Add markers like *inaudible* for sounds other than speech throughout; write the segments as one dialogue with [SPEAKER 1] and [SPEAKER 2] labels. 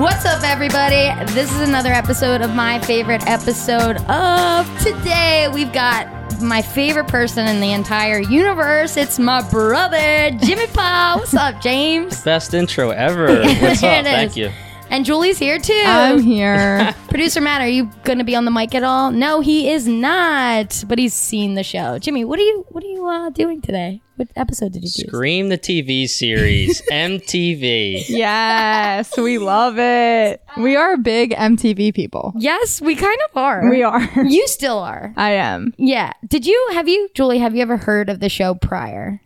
[SPEAKER 1] What's up, everybody? This is another episode of my favorite episode of today. We've got my favorite person in the entire universe. It's my brother, Jimmy Paul. What's up, James?
[SPEAKER 2] Best intro ever.
[SPEAKER 1] *laughs*
[SPEAKER 2] What's
[SPEAKER 1] There
[SPEAKER 2] up?
[SPEAKER 1] it is.
[SPEAKER 2] Thank you.
[SPEAKER 1] And Julie's here too. *laughs*
[SPEAKER 3] I'm here.
[SPEAKER 1] Producer Matt, are you going to be on the mic at all? No, he is not. But he's seen the show. Jimmy, what are you? What are you uh, doing today? What episode did you do?
[SPEAKER 2] Scream the TV series, MTV.
[SPEAKER 3] yes, we love it. We are big MTV people.
[SPEAKER 1] Yes, we kind of are.
[SPEAKER 3] We are.
[SPEAKER 1] You still are.
[SPEAKER 3] I am.
[SPEAKER 1] Yeah. Did you have you Julie? Have you ever heard of the show prior?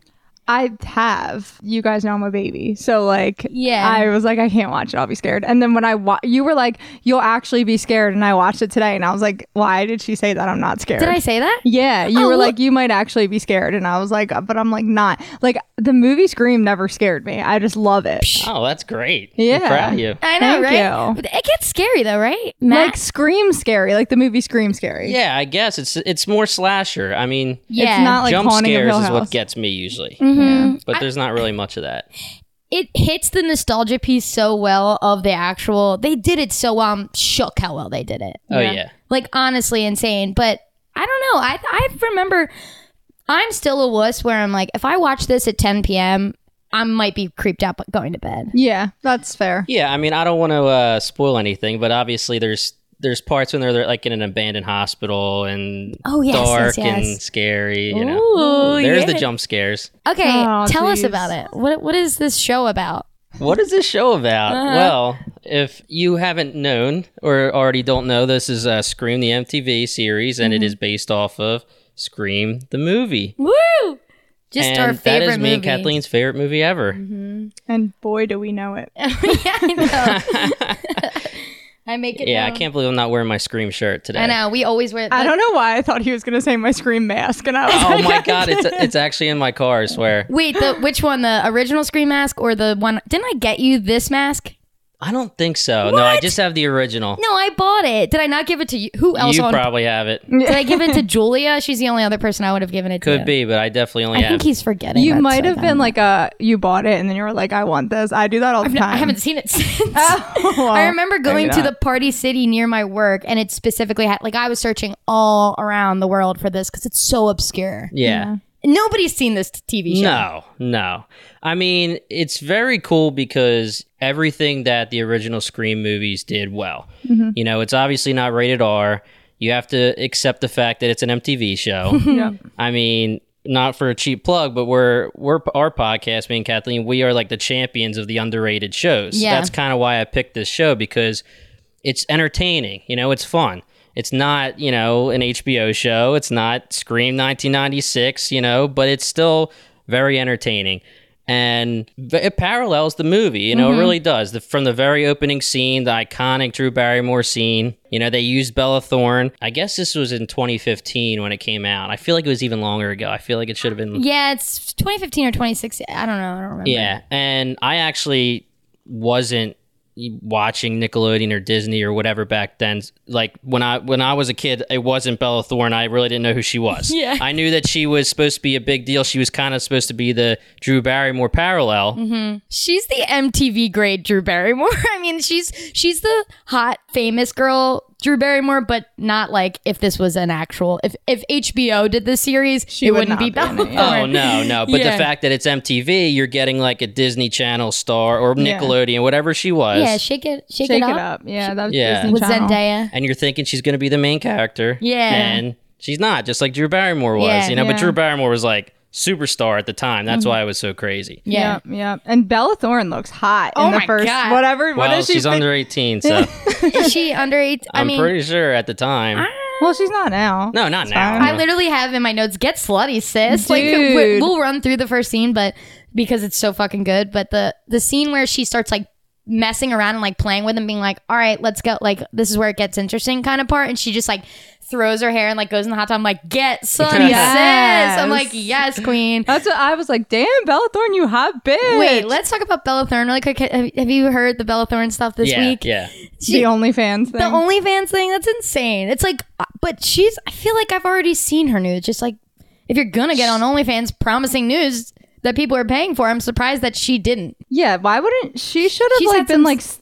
[SPEAKER 3] I have. You guys know I'm a baby. So like
[SPEAKER 1] Yeah.
[SPEAKER 3] I was like I can't watch it. I'll be scared. And then when I wa- you were like you'll actually be scared and I watched it today and I was like why did she say that? I'm not scared.
[SPEAKER 1] Did I say that?
[SPEAKER 3] yeah, you
[SPEAKER 1] Oh,
[SPEAKER 3] were
[SPEAKER 1] look-
[SPEAKER 3] like you might actually be scared and I was like uh, but I'm like not. Like the movie Scream never scared me. I just love it.
[SPEAKER 2] Oh, that's great. I'm
[SPEAKER 3] Yeah.
[SPEAKER 2] proud of you.
[SPEAKER 1] I know,
[SPEAKER 3] Thank
[SPEAKER 1] right?
[SPEAKER 3] you.
[SPEAKER 1] But It gets scary though, right? Matt?
[SPEAKER 3] Like Scream scary, like the movie Scream scary.
[SPEAKER 2] Yeah, I guess it's it's more slasher. I mean,
[SPEAKER 1] yeah. Mm-hmm.
[SPEAKER 3] It's not like
[SPEAKER 2] jump
[SPEAKER 3] haunting of
[SPEAKER 2] scares
[SPEAKER 3] Hill
[SPEAKER 2] is
[SPEAKER 3] House.
[SPEAKER 2] what gets me usually,
[SPEAKER 1] Mm,
[SPEAKER 2] but there's not really much of that.
[SPEAKER 1] it hits the nostalgia piece so well of the actual. They did it so well. I'm shook how well they did it.
[SPEAKER 2] Oh yeah,
[SPEAKER 1] Like honestly insane. But I don't know. I I remember. I'm still a wuss where I'm like, if I watch this at 10 p.m., I might be creeped out but going to bed.
[SPEAKER 3] Yeah, that's fair.
[SPEAKER 2] yeah. I mean, I don't want to uh, spoil anything, but obviously there's there's parts when they're, they're, like in an abandoned hospital and
[SPEAKER 1] Oh, yes, yes,
[SPEAKER 2] dark and
[SPEAKER 1] yes.
[SPEAKER 2] scary. You know,
[SPEAKER 1] Ooh,
[SPEAKER 2] there's the
[SPEAKER 1] yeah.
[SPEAKER 2] jump scares.
[SPEAKER 1] Okay,
[SPEAKER 3] Oh,
[SPEAKER 1] tell us
[SPEAKER 3] geez.
[SPEAKER 1] about it. What what is this show about?
[SPEAKER 2] What is this show about?
[SPEAKER 1] Uh-huh.
[SPEAKER 2] Well, if you haven't known or already don't know, this is uh, Scream the MTV series, and
[SPEAKER 1] Mm-hmm.
[SPEAKER 2] it is based off of Scream the movie.
[SPEAKER 1] Woo! Just
[SPEAKER 2] and
[SPEAKER 1] our favorite
[SPEAKER 2] that is me
[SPEAKER 1] movie. Mm-hmm.
[SPEAKER 2] and Kathleen's favorite movie ever.
[SPEAKER 3] And boy, do we know it.
[SPEAKER 1] yeah, I know. *laughs* I make it.
[SPEAKER 2] Yeah, I
[SPEAKER 1] known.
[SPEAKER 2] can't believe I'm not wearing my Scream shirt today.
[SPEAKER 1] I know. We always wear.
[SPEAKER 3] I don't know why I thought he was going to say my scream mask, and
[SPEAKER 1] *laughs*
[SPEAKER 3] I
[SPEAKER 2] *laughs*
[SPEAKER 3] was
[SPEAKER 2] Oh
[SPEAKER 3] like,
[SPEAKER 2] my god, it's it's actually in my car. I swear.
[SPEAKER 1] Wait, the which one? The original Scream mask or the one? Didn't I get you this mask?
[SPEAKER 2] I don't think so. No, I just have the original.
[SPEAKER 1] No, I bought it. Did I not give it to you? Who else?
[SPEAKER 2] you
[SPEAKER 1] on,
[SPEAKER 2] probably have it.
[SPEAKER 1] *laughs* did I give it to Julia? She's the only other person I would have given it to.
[SPEAKER 2] Could be, but I definitely only
[SPEAKER 1] I
[SPEAKER 2] have.
[SPEAKER 1] think he's forgetting.
[SPEAKER 3] you
[SPEAKER 1] That's
[SPEAKER 3] might
[SPEAKER 1] so
[SPEAKER 3] have been
[SPEAKER 1] dumb.
[SPEAKER 3] like a you bought it, and then you were like, I want this. I do that all the
[SPEAKER 1] No,
[SPEAKER 3] time.
[SPEAKER 1] I haven't seen it *laughs* since.
[SPEAKER 3] Oh, well,
[SPEAKER 1] I remember going
[SPEAKER 3] maybe
[SPEAKER 1] to the
[SPEAKER 3] not.
[SPEAKER 1] Party City near my work, and it specifically had like I was searching all around the world for this because it's so obscure.
[SPEAKER 2] yeah.
[SPEAKER 1] Nobody's seen this t- TV show.
[SPEAKER 2] No, no. I mean, it's very cool because everything that the original Scream movies did well.
[SPEAKER 1] Mm-hmm.
[SPEAKER 2] You know, it's obviously not rated R. You have to accept the fact that it's an
[SPEAKER 1] *laughs*
[SPEAKER 2] MTV show. I mean, not for a cheap plug, but we're we're our podcast, me and Kathleen, we are like the champions of the underrated shows.
[SPEAKER 1] Yeah.
[SPEAKER 2] That's kind of why I picked this show because it's entertaining. You know, it's fun. It's not, you know, an HBO show. It's not Scream 1996, you know, but it's still very entertaining. And v- it parallels the movie, you know, it really does. The, from the very opening scene, the iconic Drew Barrymore scene, you know, they used Bella Thorne. I guess this was in 2015 when it came out. I feel like it was even longer ago. I feel like it should have been
[SPEAKER 1] Yeah, it's 2015 or 2016. I don't know. I don't remember.
[SPEAKER 2] yeah, and I actually wasn't watching Nickelodeon or Disney or whatever back then. Like when I when I was a kid, it wasn't Bella Thorne. I really didn't know who she was.
[SPEAKER 1] *laughs* Yeah.
[SPEAKER 2] I knew that she was supposed to be a big deal. She was kind of supposed to be the Drew Barrymore parallel.
[SPEAKER 1] Mm-hmm. She's *laughs* the MTV grade Drew Barrymore. I mean, she's she's the hot famous girl Drew Barrymore, but not like if this was an actual if if HBO did this series,
[SPEAKER 3] She
[SPEAKER 1] it
[SPEAKER 3] would
[SPEAKER 1] wouldn't be
[SPEAKER 3] not be in
[SPEAKER 1] Bella.
[SPEAKER 3] it,
[SPEAKER 2] Oh
[SPEAKER 1] *laughs*
[SPEAKER 2] no, no! But
[SPEAKER 1] Yeah.
[SPEAKER 2] the fact that it's MTV, you're getting like a Disney Channel star or Nickelodeon, whatever she was,
[SPEAKER 1] Yeah, shake it, shake, it
[SPEAKER 3] Shake
[SPEAKER 1] up,
[SPEAKER 3] Yeah, that was
[SPEAKER 2] Yeah.
[SPEAKER 3] Disney
[SPEAKER 1] with
[SPEAKER 3] Channel.
[SPEAKER 1] Zendaya.
[SPEAKER 2] and you're thinking she's going to be the main character.
[SPEAKER 1] Yeah.
[SPEAKER 2] and she's not, just like Drew Barrymore was,
[SPEAKER 1] Yeah. Mm-hmm.
[SPEAKER 2] you know. But
[SPEAKER 3] Yeah.
[SPEAKER 2] Drew Barrymore was like superstar at the time. That's why it was so crazy.
[SPEAKER 1] Yeah.
[SPEAKER 3] Yep, yep. And Bella Thorne looks hot
[SPEAKER 1] Oh
[SPEAKER 3] in the
[SPEAKER 1] my
[SPEAKER 3] first
[SPEAKER 1] God.
[SPEAKER 3] whatever. what
[SPEAKER 2] Well,
[SPEAKER 3] is she?
[SPEAKER 2] she's
[SPEAKER 3] think-
[SPEAKER 2] under 18, so
[SPEAKER 1] *laughs* Is she under eight? *laughs* I
[SPEAKER 2] I'm
[SPEAKER 1] mean,
[SPEAKER 2] pretty sure at the time.
[SPEAKER 3] well, she's not now.
[SPEAKER 2] No, not now.
[SPEAKER 3] fine.
[SPEAKER 1] I literally have in my notes, get slutty, sis. Like
[SPEAKER 3] Dude.
[SPEAKER 1] we- we'll run through the first scene, but because it's so fucking good. But the the scene where she starts like messing around and like playing with him, being like, "All right, let's go." Like this is where it gets interesting, kind of part. And she just like throws her hair and like goes in the hot tub. I'm like, get slutty,
[SPEAKER 3] *laughs* Yes.
[SPEAKER 1] sis. I'm like, yes, queen.
[SPEAKER 3] That's what I was like. Damn, Bella Thorne, you hot bitch.
[SPEAKER 1] Wait, let's talk about Bella Thorne really quick. Have, have you heard the Bella Thorne stuff this
[SPEAKER 2] yeah,
[SPEAKER 1] week?
[SPEAKER 2] yeah.
[SPEAKER 3] the OnlyFans thing.
[SPEAKER 1] The OnlyFans thing, that's insane. It's like, uh, but she's, I feel like I've already seen her nudes. Just like, if you're gonna get on OnlyFans promising nudes that people are paying for, I'm surprised that she didn't.
[SPEAKER 3] yeah, why wouldn't she? Should
[SPEAKER 1] She's had
[SPEAKER 3] have like
[SPEAKER 1] some
[SPEAKER 3] been like s-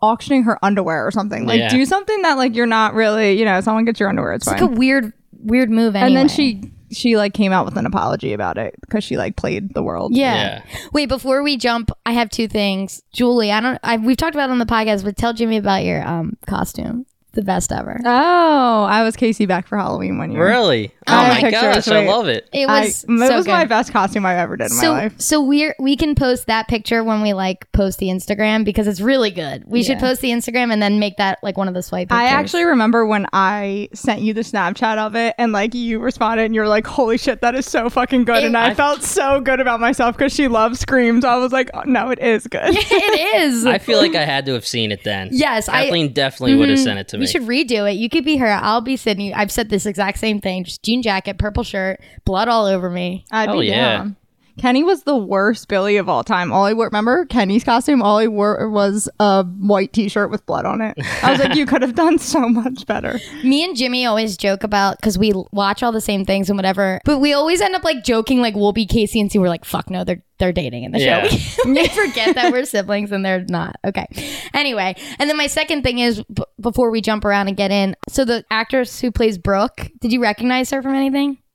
[SPEAKER 3] auctioning her underwear or something. Like
[SPEAKER 2] Yeah.
[SPEAKER 3] do something that like you're not really. You know, someone gets your underwear. It's
[SPEAKER 1] It's
[SPEAKER 3] fine.
[SPEAKER 1] like a weird, weird move. Anyway.
[SPEAKER 3] and then she she like came out with an apology about it because she like played the world.
[SPEAKER 1] Yeah. Wait, before we jump, I have two things. Julie, I don't, I, we've talked about it on the podcast, but tell Jimmy about your um costume. The best ever.
[SPEAKER 3] Oh, I was Casey back for Halloween one year.
[SPEAKER 2] Really? Oh
[SPEAKER 3] I have
[SPEAKER 2] my
[SPEAKER 3] pictures,
[SPEAKER 2] gosh, I
[SPEAKER 3] wait.
[SPEAKER 2] love it.
[SPEAKER 1] It
[SPEAKER 3] I-
[SPEAKER 1] was
[SPEAKER 3] that
[SPEAKER 1] so
[SPEAKER 3] was
[SPEAKER 1] good.
[SPEAKER 3] my best costume I've ever done in
[SPEAKER 1] so,
[SPEAKER 3] my life.
[SPEAKER 1] So we're we can post that picture when we like post the Instagram because it's really good. We should post the Instagram and then make that like one of the swipe. Pictures.
[SPEAKER 3] I actually remember when I sent you the Snapchat of it and like you responded and you were like, holy shit, that is so fucking good.
[SPEAKER 1] It-
[SPEAKER 3] and I, felt so good about myself because she loves screams. I was like, oh, no, it
[SPEAKER 1] *laughs*
[SPEAKER 3] is good.
[SPEAKER 1] *laughs* it is.
[SPEAKER 2] I
[SPEAKER 1] *laughs*
[SPEAKER 2] feel like I had to have seen it then.
[SPEAKER 1] Yes, I-
[SPEAKER 2] Kathleen definitely would have sent it to me.
[SPEAKER 1] we should redo it. You could be her. I'll be Sydney. I've said this exact same thing. Just jean jacket, purple shirt, blood all over me.
[SPEAKER 3] I'd
[SPEAKER 2] Oh,
[SPEAKER 3] be
[SPEAKER 2] yeah.
[SPEAKER 3] down. Kenny was the worst Billy of all time. All he wore, remember Kenny's costume? All he wore was a white t shirt with blood on it. I was like, you could have done so much better.
[SPEAKER 1] Me and Jimmy always joke about because we l- watch all the same things and whatever, but we always end up like joking like we'll be Casey and C. We're like, fuck no, they're they're dating in the
[SPEAKER 2] Yeah.
[SPEAKER 1] show. *laughs* We, we forget that we're siblings and they're not. Okay. Anyway, and then my second thing is b- before we jump around and get in. So the actress who plays Brooke, did you recognize her from anything?
[SPEAKER 3] *laughs*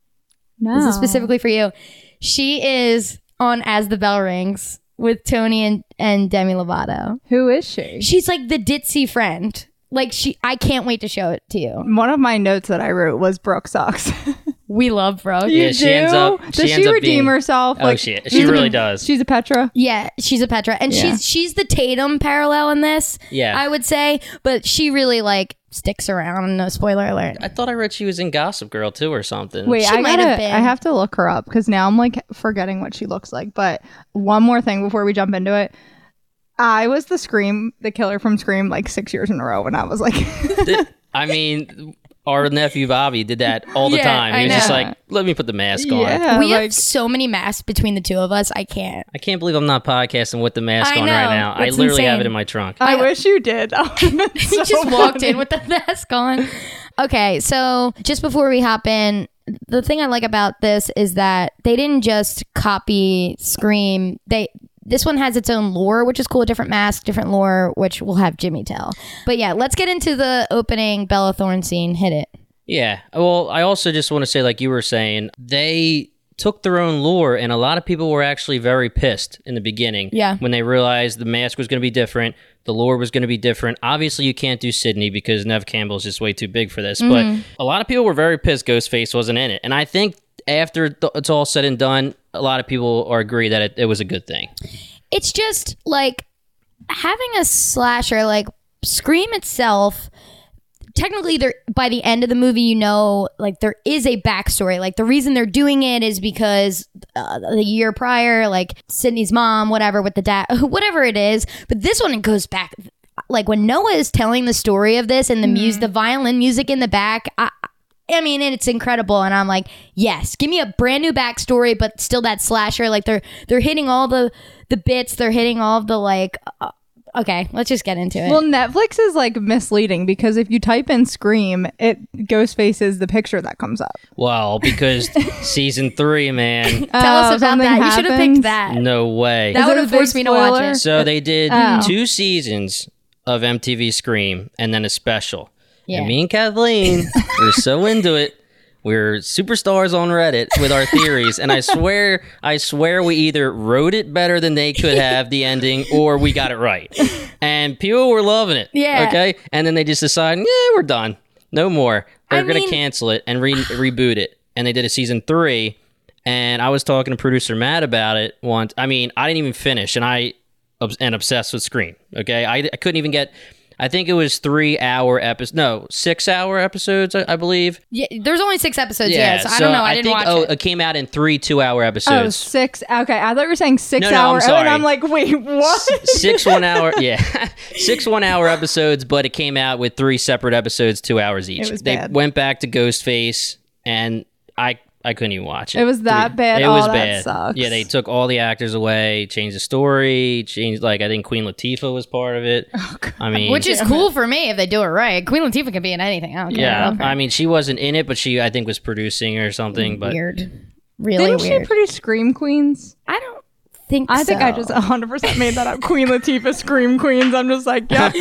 [SPEAKER 3] No.
[SPEAKER 1] This is specifically for you. She is on As the Bell Rings with Tony and, and Demi Lovato.
[SPEAKER 3] Who is she?
[SPEAKER 1] She's like the ditzy friend. Like she I can't wait to show it to you.
[SPEAKER 3] One of my notes that I wrote was Brooke *laughs* sucks.
[SPEAKER 1] We love Brooke.
[SPEAKER 2] Yeah,
[SPEAKER 3] You
[SPEAKER 2] she ends
[SPEAKER 3] do?
[SPEAKER 2] up-
[SPEAKER 3] Does
[SPEAKER 2] she
[SPEAKER 3] she
[SPEAKER 2] ends up
[SPEAKER 3] redeem
[SPEAKER 2] being-
[SPEAKER 3] herself?
[SPEAKER 2] Oh, she- she
[SPEAKER 3] she's a-
[SPEAKER 2] really does.
[SPEAKER 3] She's a Petra.
[SPEAKER 1] Yeah, she's a Petra, and she's she's the Tatum parallel in this.
[SPEAKER 2] Yeah.
[SPEAKER 1] I would say, but she really like sticks around. No spoiler alert.
[SPEAKER 2] I thought I read she was in Gossip Girl too or something.
[SPEAKER 3] Wait, I
[SPEAKER 1] might have
[SPEAKER 3] gotta,
[SPEAKER 1] been.
[SPEAKER 3] I have to look her up because now I'm like forgetting what she looks like. But one more thing before we jump into it. I was the Scream, the killer from Scream, like six years in a row when I was like, *laughs*
[SPEAKER 2] Th- I mean, our nephew Bobby did that all
[SPEAKER 1] *laughs*
[SPEAKER 2] the
[SPEAKER 1] Yeah,
[SPEAKER 2] time. He
[SPEAKER 1] I
[SPEAKER 2] was just
[SPEAKER 3] know.
[SPEAKER 2] like, "Let me put the mask on."
[SPEAKER 3] yeah,
[SPEAKER 1] we
[SPEAKER 3] like,
[SPEAKER 1] have so many masks between the two of us. I can't.
[SPEAKER 2] I can't believe I'm not podcasting with the mask
[SPEAKER 1] I
[SPEAKER 2] on
[SPEAKER 1] know.
[SPEAKER 2] right now. I
[SPEAKER 1] It's
[SPEAKER 2] literally have
[SPEAKER 1] insane.
[SPEAKER 2] it in my trunk.
[SPEAKER 3] I wish you did. That would've been
[SPEAKER 1] *laughs* He
[SPEAKER 3] so
[SPEAKER 1] just walked
[SPEAKER 3] funny.
[SPEAKER 1] in with the *laughs* mask on. Okay, so just before we hop in, the thing I like about this is that they didn't just copy Scream. They this one has its own lore, which is cool. Different mask, different lore, which we'll have Jimmy tell. But yeah, let's get into the opening Bella Thorne scene. Hit it.
[SPEAKER 2] Yeah. Well, I also just want to say, like you were saying, they took their own lore, and a lot of people were actually very pissed in the beginning.
[SPEAKER 1] Yeah.
[SPEAKER 2] When they realized the mask was going to be different, the lore was going to be different. Obviously, you can't do Sydney because Nev Campbell's just way too big for this.
[SPEAKER 1] Mm-hmm.
[SPEAKER 2] But a lot of people were very pissed Ghostface wasn't in it. And I think after th- it's all said and done, a lot of people are agree that it, it was a good thing.
[SPEAKER 1] it's just like having a slasher like scream itself technically there by the end of the movie you know like there is a backstory like the reason they're doing it is because uh, the year prior like sydney's mom whatever with the dad *laughs* whatever it is but this one it goes back like when noah is telling the story of this and the muse the violin music in the back I, I mean, and it's incredible, and I'm like, yes, give me a brand new backstory, but still that slasher. Like they're they're hitting all the the bits, they're hitting all of the like. Uh, okay, let's just get into it.
[SPEAKER 3] Well, Netflix is like misleading because if you type in Scream, it Ghostface is the picture that comes up.
[SPEAKER 2] Well,
[SPEAKER 1] *laughs*
[SPEAKER 2] because season three,
[SPEAKER 1] Tell
[SPEAKER 2] man,
[SPEAKER 3] Oh,
[SPEAKER 1] us about
[SPEAKER 3] something
[SPEAKER 1] that. You should have
[SPEAKER 3] happens?
[SPEAKER 1] Uh, picked that.
[SPEAKER 2] no way.
[SPEAKER 1] That
[SPEAKER 3] Is
[SPEAKER 1] would
[SPEAKER 3] it a
[SPEAKER 1] have
[SPEAKER 3] big
[SPEAKER 1] forced me to watch
[SPEAKER 3] spoiler?
[SPEAKER 1] it.
[SPEAKER 2] So they did two seasons of MTV Scream and then a special.
[SPEAKER 1] Yeah.
[SPEAKER 2] And me and Kathleen
[SPEAKER 1] *laughs*
[SPEAKER 2] were so into it. We were superstars on Reddit with our theories, and I swear, I swear, we either wrote it better than they
[SPEAKER 1] *laughs*
[SPEAKER 2] could have the ending, or we got it right. And people were loving it.
[SPEAKER 1] Yeah.
[SPEAKER 2] Okay. And then they just decided, yeah, we're done. No more.
[SPEAKER 1] I
[SPEAKER 2] They're gonna
[SPEAKER 1] mean-
[SPEAKER 2] cancel it and re- reboot it. And they did a season three. And I was talking to producer Matt about it once. I mean, I didn't even finish, and I obs- and obsessed with Scream. Okay, I, I couldn't even get. I think it was three hour episodes. No, six hour episodes. I, I believe.
[SPEAKER 1] Yeah, there's only six episodes. Yeah, so, I don't know. I, didn't
[SPEAKER 2] think,
[SPEAKER 1] watch
[SPEAKER 2] oh,
[SPEAKER 1] it.
[SPEAKER 2] came out in three two hour
[SPEAKER 3] Oh,
[SPEAKER 2] episodes.
[SPEAKER 3] six. Okay, I thought you were saying six
[SPEAKER 2] No, no, I'm
[SPEAKER 3] hour. oh,
[SPEAKER 2] sorry.
[SPEAKER 3] and I'm like, wait, what?
[SPEAKER 2] six one hour. *laughs* Yeah, six one hour episodes, but it came out with three separate episodes, two hours each.
[SPEAKER 3] It was
[SPEAKER 2] they
[SPEAKER 3] bad.
[SPEAKER 2] went back to Ghostface, and I I couldn't even watch it.
[SPEAKER 3] It was that bad.
[SPEAKER 2] It
[SPEAKER 3] oh,
[SPEAKER 2] was
[SPEAKER 3] that
[SPEAKER 2] bad.
[SPEAKER 3] sucks.
[SPEAKER 2] Yeah, they took all the actors away, changed the story, changed like I think Queen Latifah was part
[SPEAKER 1] *laughs*
[SPEAKER 2] of it. I mean,
[SPEAKER 1] Oh, Which is cool for me if they do it right. Queen Latifah can be in anything. I don't care. I
[SPEAKER 2] yeah,
[SPEAKER 1] love her.
[SPEAKER 2] I mean, she wasn't in it, but she I think was producing or something. But
[SPEAKER 1] weird. Really
[SPEAKER 3] Didn't
[SPEAKER 1] weird.
[SPEAKER 3] she produce Scream Queens?
[SPEAKER 1] I don't think.
[SPEAKER 3] I think I
[SPEAKER 1] so.
[SPEAKER 3] just 100% made that up. Queen Latifah Scream Queens. I'm just like, yeah,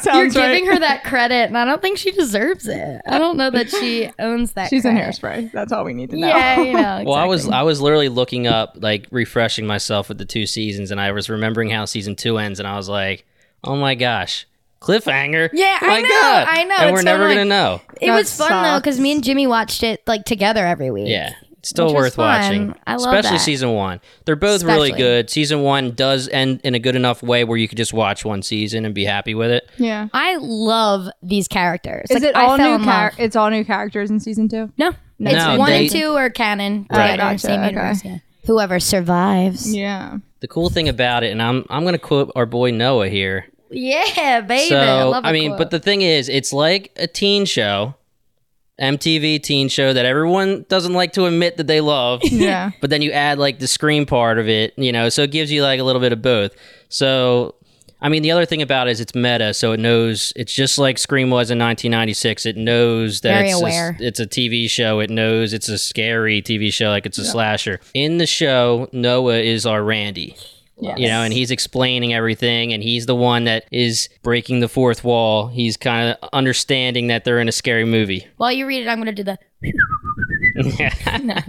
[SPEAKER 3] sounds
[SPEAKER 1] You're
[SPEAKER 3] right.
[SPEAKER 1] giving her that credit, and I don't think she deserves it. I don't know that
[SPEAKER 2] *laughs*
[SPEAKER 1] she owns that.
[SPEAKER 3] She's in
[SPEAKER 1] credit.
[SPEAKER 3] hairspray. That's all we need to know.
[SPEAKER 1] Yeah, you know. Exactly.
[SPEAKER 2] Well, I was I was literally looking up, like refreshing myself with the two seasons, and I was remembering how season two ends, and I was like, "Oh my gosh, cliffhanger!"
[SPEAKER 1] Yeah, I
[SPEAKER 2] my
[SPEAKER 1] know,
[SPEAKER 2] God.
[SPEAKER 1] I know,
[SPEAKER 2] and
[SPEAKER 1] it's
[SPEAKER 2] we're
[SPEAKER 1] so
[SPEAKER 2] never
[SPEAKER 1] annoying.
[SPEAKER 2] gonna know.
[SPEAKER 1] It
[SPEAKER 3] That
[SPEAKER 1] was fun though because me
[SPEAKER 3] sucks.
[SPEAKER 1] and Jimmy watched it like together every week.
[SPEAKER 2] Yeah, it's still
[SPEAKER 1] Which was
[SPEAKER 2] worth
[SPEAKER 1] fun.
[SPEAKER 2] watching,
[SPEAKER 1] I love
[SPEAKER 2] especially
[SPEAKER 1] that.
[SPEAKER 2] season one. They're both really
[SPEAKER 1] Especially.
[SPEAKER 2] good. Season one does end in a good enough way where you could just watch one season and be happy with it.
[SPEAKER 3] Yeah.
[SPEAKER 1] I love these characters.
[SPEAKER 3] Is
[SPEAKER 1] Like,
[SPEAKER 3] it
[SPEAKER 1] I
[SPEAKER 3] all
[SPEAKER 1] fell in
[SPEAKER 3] new? Char-
[SPEAKER 1] love.
[SPEAKER 3] it's all new characters in season two.
[SPEAKER 1] No,
[SPEAKER 3] No,
[SPEAKER 1] it's
[SPEAKER 2] No,
[SPEAKER 1] one
[SPEAKER 2] they-
[SPEAKER 1] and two are canon.
[SPEAKER 2] Right.
[SPEAKER 1] together,
[SPEAKER 3] Gotcha,
[SPEAKER 1] same
[SPEAKER 3] okay.
[SPEAKER 1] universe. Yeah. Whoever survives.
[SPEAKER 3] *laughs* Yeah.
[SPEAKER 2] The cool thing about it, and I'm I'm gonna quote our boy Noah here.
[SPEAKER 1] Yeah, baby.
[SPEAKER 2] So
[SPEAKER 1] I love. a
[SPEAKER 2] mean,
[SPEAKER 1] quote.
[SPEAKER 2] but the thing is, it's like a teen show, MTV teen show that everyone doesn't like to admit that
[SPEAKER 1] *laughs*
[SPEAKER 2] they love.
[SPEAKER 3] Yeah.
[SPEAKER 2] but then you add like the scream part of it, you know, so it gives you like a little bit of both. So, I mean, the other thing about it is it's meta, so it knows it's just like Scream was in 1996. It knows that
[SPEAKER 1] Very
[SPEAKER 2] it's,
[SPEAKER 1] aware.
[SPEAKER 2] A, it's a TV show. It knows it's a scary TV show, like it's a slasher. In the show, Noah is our Randy. You know, and he's explaining everything, and he's the one that is breaking the fourth wall. He's kind of understanding that they're in a scary movie.
[SPEAKER 1] while you read it, I'm gonna do the.
[SPEAKER 2] *laughs*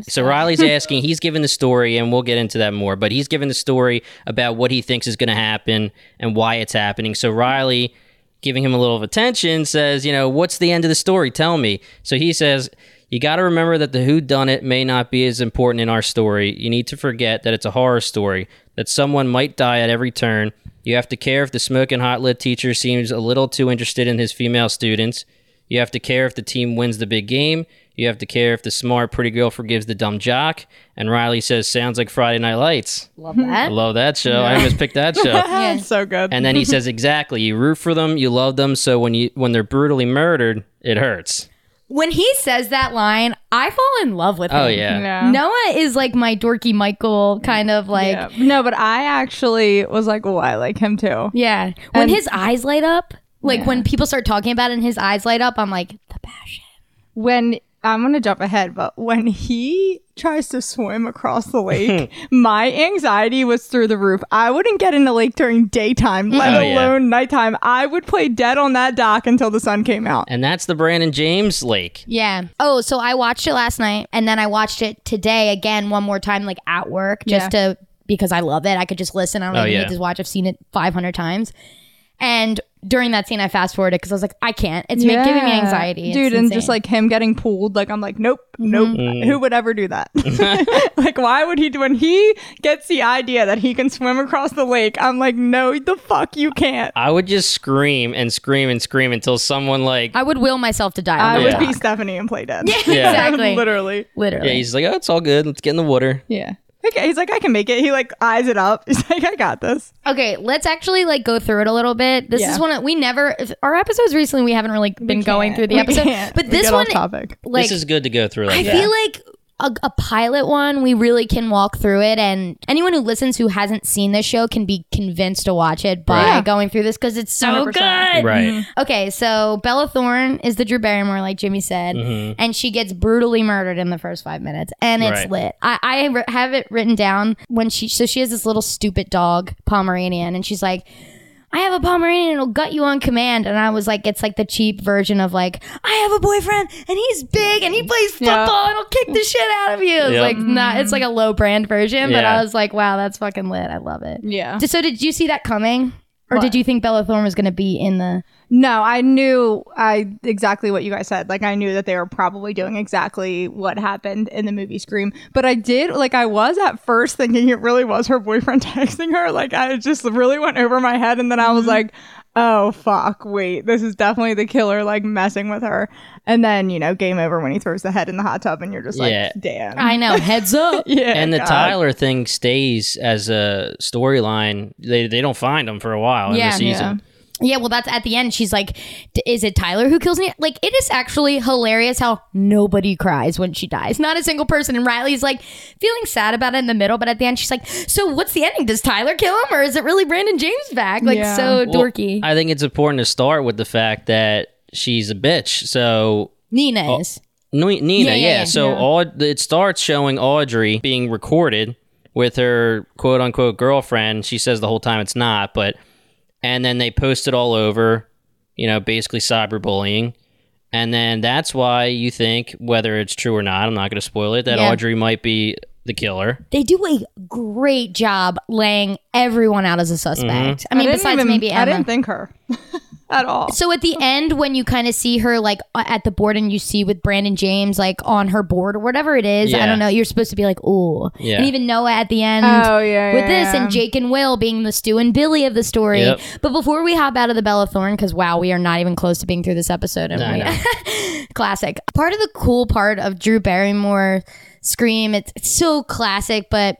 [SPEAKER 2] So Riley's asking, he's given the story, and we'll get into that more, but he's given the story about what he thinks is going to happen and why it's happening. So Riley, giving him a little of attention, says, you know, what's the end of the story? Tell me. So he says, you got to remember that the who done it may not be as important in our story. You need to forget that it's a horror story, that someone might die at every turn. You have to care if the smoking hot lit teacher seems a little too interested in his female students. You have to care if the team wins the big game. You have to care if the smart pretty girl forgives the dumb jock. And Riley says, "Sounds like Friday Night Lights."
[SPEAKER 1] Love
[SPEAKER 2] I
[SPEAKER 1] that.
[SPEAKER 2] love that show. I almost picked
[SPEAKER 1] *laughs*
[SPEAKER 2] that show.
[SPEAKER 3] yeah. so good.
[SPEAKER 2] And then he says, "Exactly. You root for them. You love them. So when you when they're brutally murdered, it hurts."
[SPEAKER 1] When he says that line, I fall in love with him.
[SPEAKER 2] Oh yeah.
[SPEAKER 3] yeah.
[SPEAKER 1] Noah is like my dorky Michael kind of like.
[SPEAKER 3] Yeah. No, but I actually was like, oh, I like him too.
[SPEAKER 1] Yeah. When
[SPEAKER 3] And-
[SPEAKER 1] his eyes light up, like when people start talking about it and his eyes light up, I'm like, the passion.
[SPEAKER 3] When I'm gonna jump ahead, but when he tries to swim across
[SPEAKER 2] *laughs*
[SPEAKER 3] the lake, my anxiety was through the roof. I wouldn't get in the lake during daytime, let
[SPEAKER 2] Oh, yeah.
[SPEAKER 3] alone nighttime. I would play dead on that dock until the sun came out.
[SPEAKER 2] And that's the Brandon James Lake.
[SPEAKER 1] Yeah. Oh, so I watched it last night and then I watched it today again one more time, like at work, just to because I love it. I could just listen. I don't
[SPEAKER 2] Oh,
[SPEAKER 1] even
[SPEAKER 2] yeah.
[SPEAKER 1] need to watch. I've seen it 500 times. And during that scene, I fast forwarded because I was like, I can't. It's ma- giving me
[SPEAKER 3] Yeah.
[SPEAKER 1] anxiety. It's
[SPEAKER 3] dude. And just
[SPEAKER 1] insane.
[SPEAKER 3] like him getting pulled, like I'm like, nope, nope. Who would ever do that? *laughs* like, why would he? do When he gets the idea that he can swim across the lake, I'm like, no, the fuck, you can't.
[SPEAKER 2] I would just scream and scream and scream until someone like,
[SPEAKER 1] I would will myself to die.
[SPEAKER 3] I
[SPEAKER 1] on
[SPEAKER 3] would
[SPEAKER 1] that
[SPEAKER 3] be
[SPEAKER 1] dock.
[SPEAKER 3] Stephanie and
[SPEAKER 1] *laughs*
[SPEAKER 3] play dead.
[SPEAKER 2] Yeah.
[SPEAKER 1] Exactly.
[SPEAKER 3] literally.
[SPEAKER 2] yeah,
[SPEAKER 1] Literally.
[SPEAKER 2] he's like, "Oh, it's all good. Let's get in the water."
[SPEAKER 3] Yeah. Okay, he's like, I can make it. He like eyes it up. *laughs* He's like, I got this.
[SPEAKER 1] Okay, let's actually like go through it a little bit. This
[SPEAKER 3] Yeah.
[SPEAKER 1] is one of, we never if- our episodes recently. We haven't really been going through the
[SPEAKER 3] We
[SPEAKER 1] episode,
[SPEAKER 3] can't.
[SPEAKER 1] but
[SPEAKER 3] We
[SPEAKER 1] this
[SPEAKER 3] get
[SPEAKER 1] one,
[SPEAKER 3] off topic.
[SPEAKER 1] like,
[SPEAKER 2] this is good to go through. Like
[SPEAKER 1] I
[SPEAKER 2] that.
[SPEAKER 1] feel like a, a pilot one. We really can walk through it, and anyone who listens who hasn't seen this show can be convinced to watch it by
[SPEAKER 3] Right.
[SPEAKER 1] going through this because it's so
[SPEAKER 3] 100%.
[SPEAKER 1] good.
[SPEAKER 2] right.
[SPEAKER 1] Okay, so Bella Thorne is the Drew Barrymore, like Jimmy said, and she gets brutally murdered in the first five minutes, and it's
[SPEAKER 2] Mm-hmm. Right.
[SPEAKER 1] lit. I, I r- have it written down when she, so she has this little stupid dog, Pomeranian, and she's like, I have a Pomeranian, it'll gut you on command. And I was like, it's like the cheap version of like, I have a boyfriend and he's big and he plays
[SPEAKER 3] Yeah.
[SPEAKER 1] football and he'll kick the shit out of you. It's
[SPEAKER 2] Yep.
[SPEAKER 1] like not, it's like a low brand version, but
[SPEAKER 2] Yeah.
[SPEAKER 1] I was like, wow, that's fucking lit. I love it.
[SPEAKER 3] Yeah.
[SPEAKER 1] So did you see that coming? Or
[SPEAKER 3] What?
[SPEAKER 1] did you think Bella Thorne was going to be in the?
[SPEAKER 3] No, I knew I exactly what you guys said. Like I knew that they were probably doing exactly what happened in the movie Scream. But I did like I was at first thinking it really was her boyfriend *laughs* texting her. Like I just really went over my head and then I was like, "Oh fuck, wait. This is definitely the killer like messing with her." And then, you know, game over when he throws the head in the hot tub and you're just
[SPEAKER 2] Yeah.
[SPEAKER 3] like, "Damn."
[SPEAKER 1] I know, heads up.
[SPEAKER 3] *laughs* yeah.
[SPEAKER 2] and the
[SPEAKER 1] uh,
[SPEAKER 3] God.
[SPEAKER 2] Tyler thing stays as a storyline. They they don't find him for a while in
[SPEAKER 1] Yeah.
[SPEAKER 2] the season.
[SPEAKER 1] Yeah, well, that's at the end. She's like, "D- "Is it Tyler who kills me?" Like, it is actually hilarious how nobody cries when she dies. Not a single person. And Riley's like feeling sad about it in the middle, but at the end, she's like, "So what's the ending? Does Tyler kill him, or is it really Brandon James back?" Like,
[SPEAKER 3] Yeah.
[SPEAKER 1] so
[SPEAKER 2] Well,
[SPEAKER 1] dorky.
[SPEAKER 2] I think it's important to start with the fact that she's a bitch. So
[SPEAKER 1] Nina is.
[SPEAKER 2] Oh. Ni- Nina,
[SPEAKER 1] Yeah,
[SPEAKER 2] yeah.
[SPEAKER 1] yeah, yeah.
[SPEAKER 2] So Aud- it starts showing Audrey being recorded with her quote unquote girlfriend. She says the whole time it's not, but and then they post it all over, you know, basically cyberbullying. And then that's why you think whether it's true or not, I'm not going to spoil it, that
[SPEAKER 1] Yeah.
[SPEAKER 2] Audrey might be the killer.
[SPEAKER 1] They do a great job laying everyone out as a suspect.
[SPEAKER 2] Mm-hmm.
[SPEAKER 1] I mean,
[SPEAKER 3] didn't
[SPEAKER 1] besides
[SPEAKER 3] even-
[SPEAKER 1] maybe Emma.
[SPEAKER 3] I didn't think her *laughs* at all.
[SPEAKER 1] So at the end, when you kind of see her like a- at the board, and you see with Brandon James like on her board or whatever it is, I
[SPEAKER 2] Yeah.
[SPEAKER 1] don't know. You're supposed to be like, ooh,
[SPEAKER 2] Yeah.
[SPEAKER 1] and even Noah at the end.
[SPEAKER 3] Oh, yeah,
[SPEAKER 1] with
[SPEAKER 3] yeah,
[SPEAKER 1] this
[SPEAKER 3] yeah.
[SPEAKER 1] and Jake and Will being the Stu and Billy of the story.
[SPEAKER 2] Yep.
[SPEAKER 1] But before we hop out of the Bella Thorne, because wow, we are not even close to being through this episode. and we- classic. Part of the cool part of Drew Barrymore Scream, it's, it's so classic, but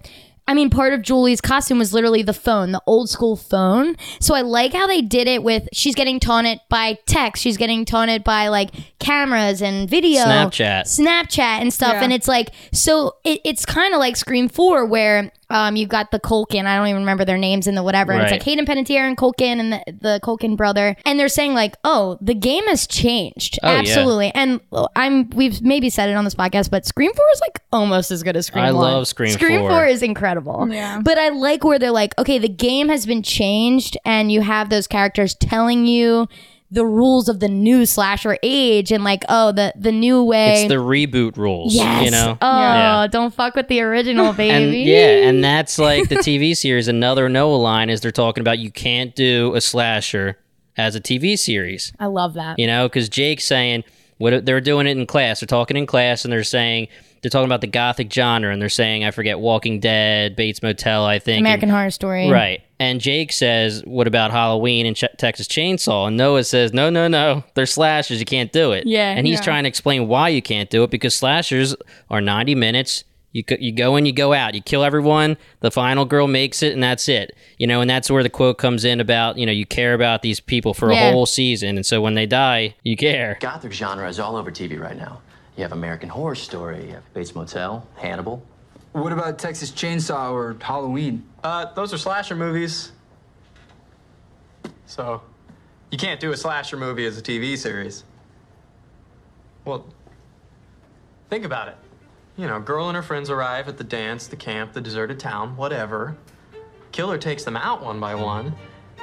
[SPEAKER 1] I mean, part of Julie's costume was literally the phone, the old school phone. So I like how they did it with she's getting taunted by text, she's getting taunted by like cameras and video,
[SPEAKER 2] Snapchat.
[SPEAKER 1] Snapchat and stuff.
[SPEAKER 3] Yeah.
[SPEAKER 1] And it's like, so it, it's kind of like Scream 4, where um, you've got the Colkin, I don't even remember their names in the whatever. And it's
[SPEAKER 2] Right.
[SPEAKER 1] like Hayden Panettiere and Colkin and the, the Colkin brother. And they're saying, like, oh, the game has changed.
[SPEAKER 2] Oh, yeah.
[SPEAKER 1] Absolutely. And I'm, we've maybe said it on this podcast, but Scream 4 is like almost as good as Scream
[SPEAKER 2] I
[SPEAKER 1] 1.
[SPEAKER 2] love Scream
[SPEAKER 1] Scream 4.
[SPEAKER 2] 4.
[SPEAKER 1] is incredible.
[SPEAKER 3] Yeah.
[SPEAKER 1] But I like where they're like, okay, the game has been changed, and you have those characters telling you. The rules of the new slasher age, and like, oh, the the new way.
[SPEAKER 2] It's the reboot rules,
[SPEAKER 1] Yes.
[SPEAKER 2] you know?
[SPEAKER 1] Oh,
[SPEAKER 2] Yeah.
[SPEAKER 1] don't fuck with the original,
[SPEAKER 2] *laughs* and
[SPEAKER 1] baby.
[SPEAKER 2] yeah, and that's like the TV *laughs* series. Another Noah line is they're talking about you can't do a slasher as a TV series.
[SPEAKER 1] I love that.
[SPEAKER 2] You know, because Jake's saying what they're doing it in class. They're talking in class, and they're saying they're talking about the gothic genre, and they're saying I forget Walking Dead, Bates Motel, I think,
[SPEAKER 1] American
[SPEAKER 2] and-
[SPEAKER 1] Horror Story.
[SPEAKER 2] right? And Jake says, "What about Halloween and Ch- Texas Chainsaw?" And Noah says, "No, no, no, they're slashers. You can't do it."
[SPEAKER 1] Yeah,
[SPEAKER 2] and he's
[SPEAKER 3] yeah.
[SPEAKER 2] trying to explain why you can't do it because slashers are ninety minutes. You, go- you go in, you go out, you kill everyone. The final girl makes it, and that's it. You know, and that's where the quote comes in about you know you care about these people for
[SPEAKER 1] Yeah.
[SPEAKER 2] a whole season, and so when they die, you care.
[SPEAKER 4] Gothic genre is all over TV right now. You have American Horror Story, you have Bates Motel, Hannibal.
[SPEAKER 5] What about Texas Chainsaw or Halloween?
[SPEAKER 6] Uh, those are slasher movies. So, you can't do a slasher movie as a TV series. Well, think about it. You know, girl and her friends arrive at the dance, the camp, the deserted town, whatever. Killer takes them out one by one.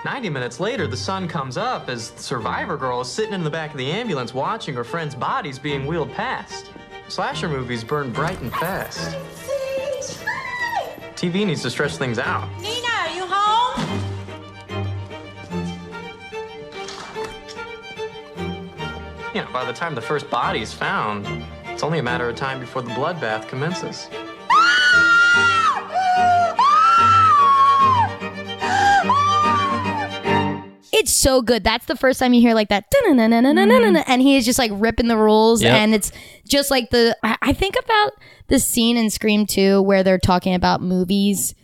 [SPEAKER 6] 90 minutes later, the sun comes up as the survivor girl is sitting in the back of the ambulance watching her friend's bodies being wheeled past. Slasher movies burn bright and fast. TV needs to stretch things out.
[SPEAKER 7] Nina, are you home?
[SPEAKER 6] You know, by the time the first body is found, it's only a matter of time before the bloodbath commences.
[SPEAKER 8] Ah! Ah!
[SPEAKER 1] It's so good. That's the first time you hear like that. "Dun-dun-dun-dun-dun-dun-dun,"
[SPEAKER 2] Mm-hmm.
[SPEAKER 1] And he is just like ripping the rules.
[SPEAKER 2] Yep.
[SPEAKER 1] And it's just like the. I I think about the scene in Scream 2 where they're talking about movies.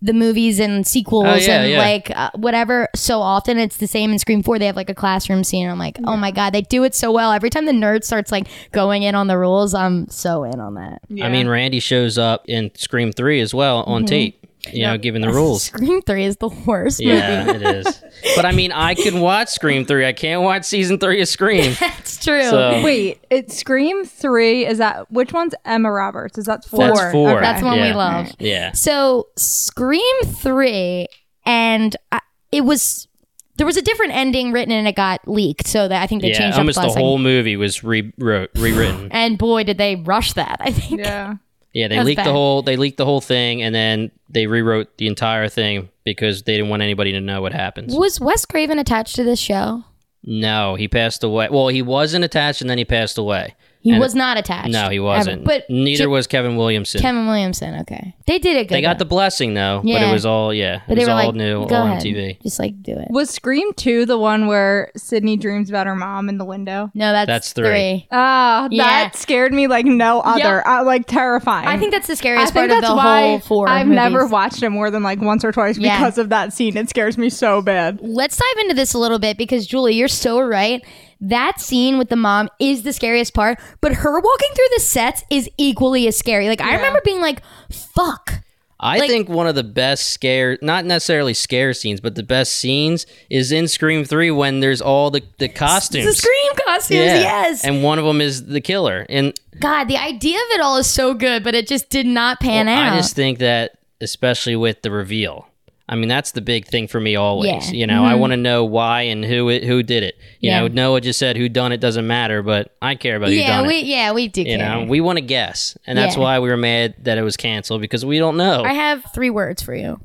[SPEAKER 1] The movies and sequels
[SPEAKER 2] Oh, yeah,
[SPEAKER 1] and
[SPEAKER 2] yeah.
[SPEAKER 1] like uh, whatever, so often it's the same in Scream 4. They have like a classroom scene. And I'm like, oh my God, they do it so well. Every time the nerd starts like going in on the rules, I'm so in on that.
[SPEAKER 2] I mean, Randy shows up in Scream Three as well on tape. You know, given the rules.
[SPEAKER 1] Scream 3 is the worst movie.
[SPEAKER 2] Yeah, it is. But I mean, I can watch Scream Three. I can't watch season three
[SPEAKER 1] *laughs*
[SPEAKER 2] of Scream.
[SPEAKER 1] It's true.
[SPEAKER 2] So
[SPEAKER 3] Wait, it's Scream three. Is that which one's Emma Roberts? Is that four?
[SPEAKER 2] That's four.
[SPEAKER 3] Okay.
[SPEAKER 1] That's the one we
[SPEAKER 2] Yeah.
[SPEAKER 1] love.
[SPEAKER 2] yeah,
[SPEAKER 1] So Scream 3 and I, uh, it was There was a different ending written and it got leaked, so that I think they
[SPEAKER 2] yeah,
[SPEAKER 1] changed up
[SPEAKER 2] almost
[SPEAKER 1] the
[SPEAKER 2] the
[SPEAKER 1] last
[SPEAKER 2] whole
[SPEAKER 1] second.
[SPEAKER 2] movie was re- wrote, rewritten.
[SPEAKER 1] And boy, did they rush that! I think.
[SPEAKER 3] Yeah.
[SPEAKER 2] Yeah, they
[SPEAKER 1] That's
[SPEAKER 2] leaked
[SPEAKER 1] bad.
[SPEAKER 2] the whole they leaked the whole thing and then they rewrote the entire thing because they didn't want anybody to know what happens.
[SPEAKER 1] Was Wes Craven attached to this show?
[SPEAKER 2] No, he passed away. Well, he wasn't attached and then he passed away.
[SPEAKER 1] He
[SPEAKER 2] And-
[SPEAKER 1] was not attached.
[SPEAKER 2] No, he
[SPEAKER 1] ever.
[SPEAKER 2] wasn't.
[SPEAKER 1] But
[SPEAKER 2] neither
[SPEAKER 1] J-
[SPEAKER 2] was Kevin Williamson.
[SPEAKER 1] Kevin Williamson. Okay, they did a good.
[SPEAKER 2] they got the
[SPEAKER 1] one.
[SPEAKER 2] blessing though, but
[SPEAKER 1] Yeah.
[SPEAKER 2] it was all yeah,
[SPEAKER 1] But
[SPEAKER 2] it
[SPEAKER 1] they
[SPEAKER 2] was
[SPEAKER 1] were
[SPEAKER 2] all
[SPEAKER 1] like,
[SPEAKER 2] new,
[SPEAKER 1] go
[SPEAKER 2] all
[SPEAKER 1] ahead.
[SPEAKER 2] MTV.
[SPEAKER 1] Just like do it.
[SPEAKER 3] Was Scream 2 the one where Sydney dreams about her mom in the window?
[SPEAKER 1] No, that's
[SPEAKER 2] That's three.
[SPEAKER 1] three.
[SPEAKER 3] Ah,
[SPEAKER 1] Yeah.
[SPEAKER 3] that scared me like no other. Uh, like terrifying.
[SPEAKER 1] I think that's the
[SPEAKER 3] I
[SPEAKER 1] scariest
[SPEAKER 3] think
[SPEAKER 1] part of
[SPEAKER 3] that's
[SPEAKER 1] the
[SPEAKER 3] why
[SPEAKER 1] whole four.
[SPEAKER 3] I've
[SPEAKER 1] movies.
[SPEAKER 3] never watched it more than like once or twice
[SPEAKER 1] Yeah.
[SPEAKER 3] because of that scene. It scares me so bad.
[SPEAKER 1] Let's dive into this a little bit because Julie, you're so right. That scene with the mom is the scariest part, but her walking through the sets is equally as scary. Like I remember being like, "Fuck."
[SPEAKER 2] I
[SPEAKER 1] Like-
[SPEAKER 2] think one of the best scare, not necessarily scare scenes, but the best scenes is in Scream Three when there's all the the costumes.
[SPEAKER 1] The scream costumes, yes.
[SPEAKER 2] and one of them is the killer. And
[SPEAKER 1] God, the idea of it all is so good, but it just did not pan
[SPEAKER 2] Well,
[SPEAKER 1] out.
[SPEAKER 2] I just think that, especially with the reveal. I mean, that's the big thing for me always.
[SPEAKER 1] Yeah. Mm-hmm.
[SPEAKER 2] You know, I want to know why and who it, who did it. You
[SPEAKER 1] Yeah.
[SPEAKER 2] know, Noah just said who done it doesn't matter, but I care about who
[SPEAKER 1] yeah,
[SPEAKER 2] done
[SPEAKER 1] we
[SPEAKER 2] it.
[SPEAKER 1] yeah we do.
[SPEAKER 2] You
[SPEAKER 1] care.
[SPEAKER 2] know, we want to guess, and that's
[SPEAKER 1] Yeah.
[SPEAKER 2] why we were mad that it was canceled because we don't know.
[SPEAKER 1] I have three words for you: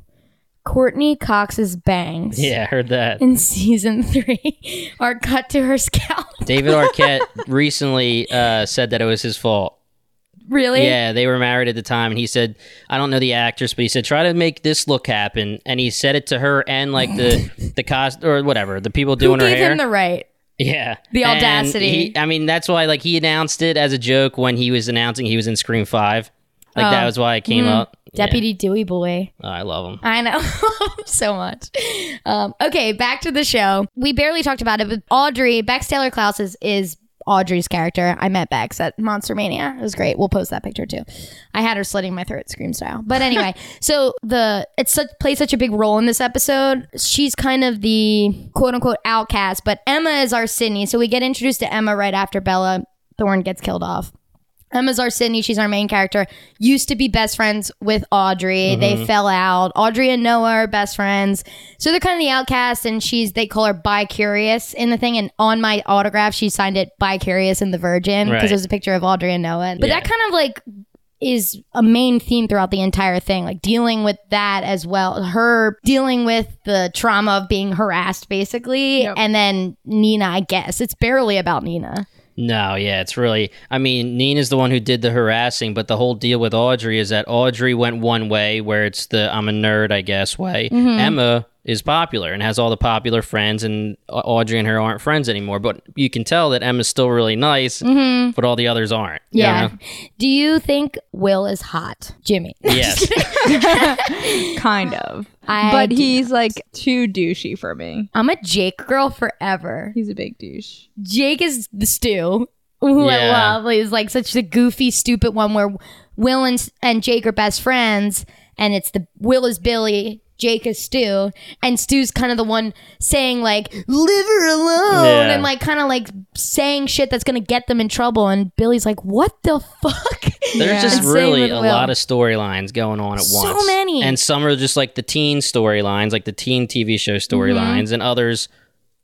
[SPEAKER 1] Courtney Cox's bangs.
[SPEAKER 2] *laughs* yeah, I heard that.
[SPEAKER 1] In season *laughs* three, are cut to her scalp.
[SPEAKER 2] David Arquette *laughs* recently uh, said that it was his fault.
[SPEAKER 1] really?
[SPEAKER 2] Yeah, they were married at the time, and he said, "I don't know the actress, but he said try to make this look happen." And he said it to her and like the the cost or whatever the people
[SPEAKER 1] Who
[SPEAKER 2] doing her
[SPEAKER 1] gave
[SPEAKER 2] hair.
[SPEAKER 1] him the right?
[SPEAKER 2] Yeah.
[SPEAKER 1] The
[SPEAKER 2] And
[SPEAKER 1] audacity.
[SPEAKER 2] he- I mean, that's why like he announced it as a joke when he was announcing he was in Scream 5. Like
[SPEAKER 1] Oh.
[SPEAKER 2] that was why it came
[SPEAKER 1] Mm-hmm.
[SPEAKER 2] up. Yeah.
[SPEAKER 1] Deputy Dewey Boy.
[SPEAKER 2] Oh, I love him.
[SPEAKER 1] I know *laughs* so much. Um, okay, back to the show. We barely talked about it, but Audrey Bex Taylor Klaus is, is Audrey's character. I met Bex at Monster Mania. It was great. We'll post that picture too. I had her slitting my throat, scream style. But anyway, so the it such, plays such a big role in this episode. She's kind of the quote unquote outcast, but Emma is our Sydney. So we get introduced to Emma right after Bella Thorne gets killed off. Emma's our Sydney. She's our main character. Used to be best friends with Audrey.
[SPEAKER 2] Mm-hmm.
[SPEAKER 1] They fell out. Audrey and Noah are best friends. So they're kind of the outcast, and she's they call her bi curious in the thing. And on my autograph, she signed it bi curious and the Virgin because
[SPEAKER 2] Right.
[SPEAKER 1] it was a picture of Audrey and Noah. But
[SPEAKER 2] Yeah.
[SPEAKER 1] that kind of like is a main theme throughout the entire thing, like dealing with that as well. Her dealing with the trauma of being harassed, basically, and then Nina. I guess it's barely about Nina.
[SPEAKER 2] No, yeah, it's really. I mean, Nina's the one who did the harassing, but the whole deal with Audrey is that Audrey went one way, where it's the I'm a nerd, I guess, way.
[SPEAKER 1] Mm-hmm.
[SPEAKER 2] Emma is popular and has all the popular friends, and Au- Audrey and her aren't friends anymore. But you can tell that Emma's still really nice, but all the others aren't. you
[SPEAKER 1] Mm-hmm. Yeah.
[SPEAKER 2] know?
[SPEAKER 1] Do you think Will is hot, Jimmy? *laughs*
[SPEAKER 2] Yes.
[SPEAKER 3] Kind of.
[SPEAKER 1] I
[SPEAKER 3] but
[SPEAKER 1] do
[SPEAKER 3] he's like too douchey for me.
[SPEAKER 1] I'm a Jake girl forever.
[SPEAKER 3] He's a big douche.
[SPEAKER 1] Jake is the stew, who I
[SPEAKER 2] Yeah.
[SPEAKER 1] love. He's like such the goofy, stupid one where Will and, and Jake are best friends, and it's the Will is Billy. Jake is Stu, and Stu's kind of the one saying like "leave her alone"
[SPEAKER 2] Yeah.
[SPEAKER 1] and like kind of like saying shit that's gonna get them in trouble. And Billy's like, "What the fuck?"
[SPEAKER 2] There's
[SPEAKER 1] And
[SPEAKER 2] just
[SPEAKER 1] same
[SPEAKER 2] really
[SPEAKER 1] with
[SPEAKER 2] a
[SPEAKER 1] Will.
[SPEAKER 2] lot of storylines going on at
[SPEAKER 1] So
[SPEAKER 2] once.
[SPEAKER 1] many.
[SPEAKER 2] And some are just like the teen storylines, like the teen TV show storylines, and others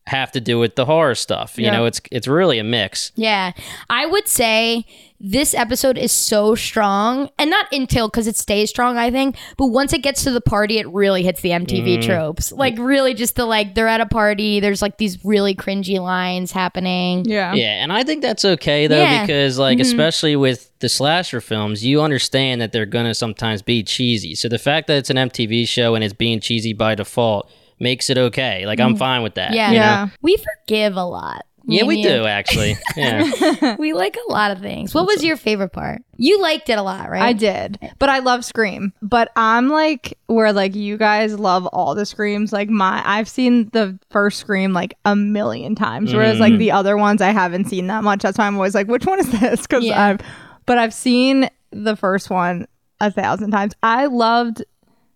[SPEAKER 2] have to do with the horror stuff. You
[SPEAKER 1] Mm-hmm. Yeah.
[SPEAKER 2] know, it's it's really a mix.
[SPEAKER 1] Yeah. I would say this episode is so strong, and not until because it stays strong, I think, but once it gets to the party, it really hits the MTV tropes. Like, really, just the like, they're at a party, there's like these really cringy lines happening.
[SPEAKER 3] Yeah.
[SPEAKER 2] Yeah, and I think that's okay though
[SPEAKER 1] Yeah. Mm-hmm.
[SPEAKER 2] because like especially with the slasher films, you understand that they're going to sometimes be cheesy. So the fact that it's an MTV show and it's being cheesy by default makes it okay. Like I'm fine with that.
[SPEAKER 1] Mm-hmm. Yeah.
[SPEAKER 2] you know?
[SPEAKER 3] Yeah.
[SPEAKER 1] We forgive a lot. Me
[SPEAKER 2] Yeah,
[SPEAKER 1] and
[SPEAKER 2] we
[SPEAKER 1] you. *laughs*
[SPEAKER 2] do actually. Yeah.
[SPEAKER 1] We like a lot of things. What was your favorite part? You liked it a lot, right?
[SPEAKER 3] I did. But I love Scream. But I'm like where like you guys love all the screams. Like my I've seen the first scream like a million times. Whereas like
[SPEAKER 1] Mm.
[SPEAKER 3] the other ones I haven't seen that much. That's why I'm always like, which one is this? Because
[SPEAKER 1] Yeah.
[SPEAKER 3] I've but I've seen the first one a thousand times. I loved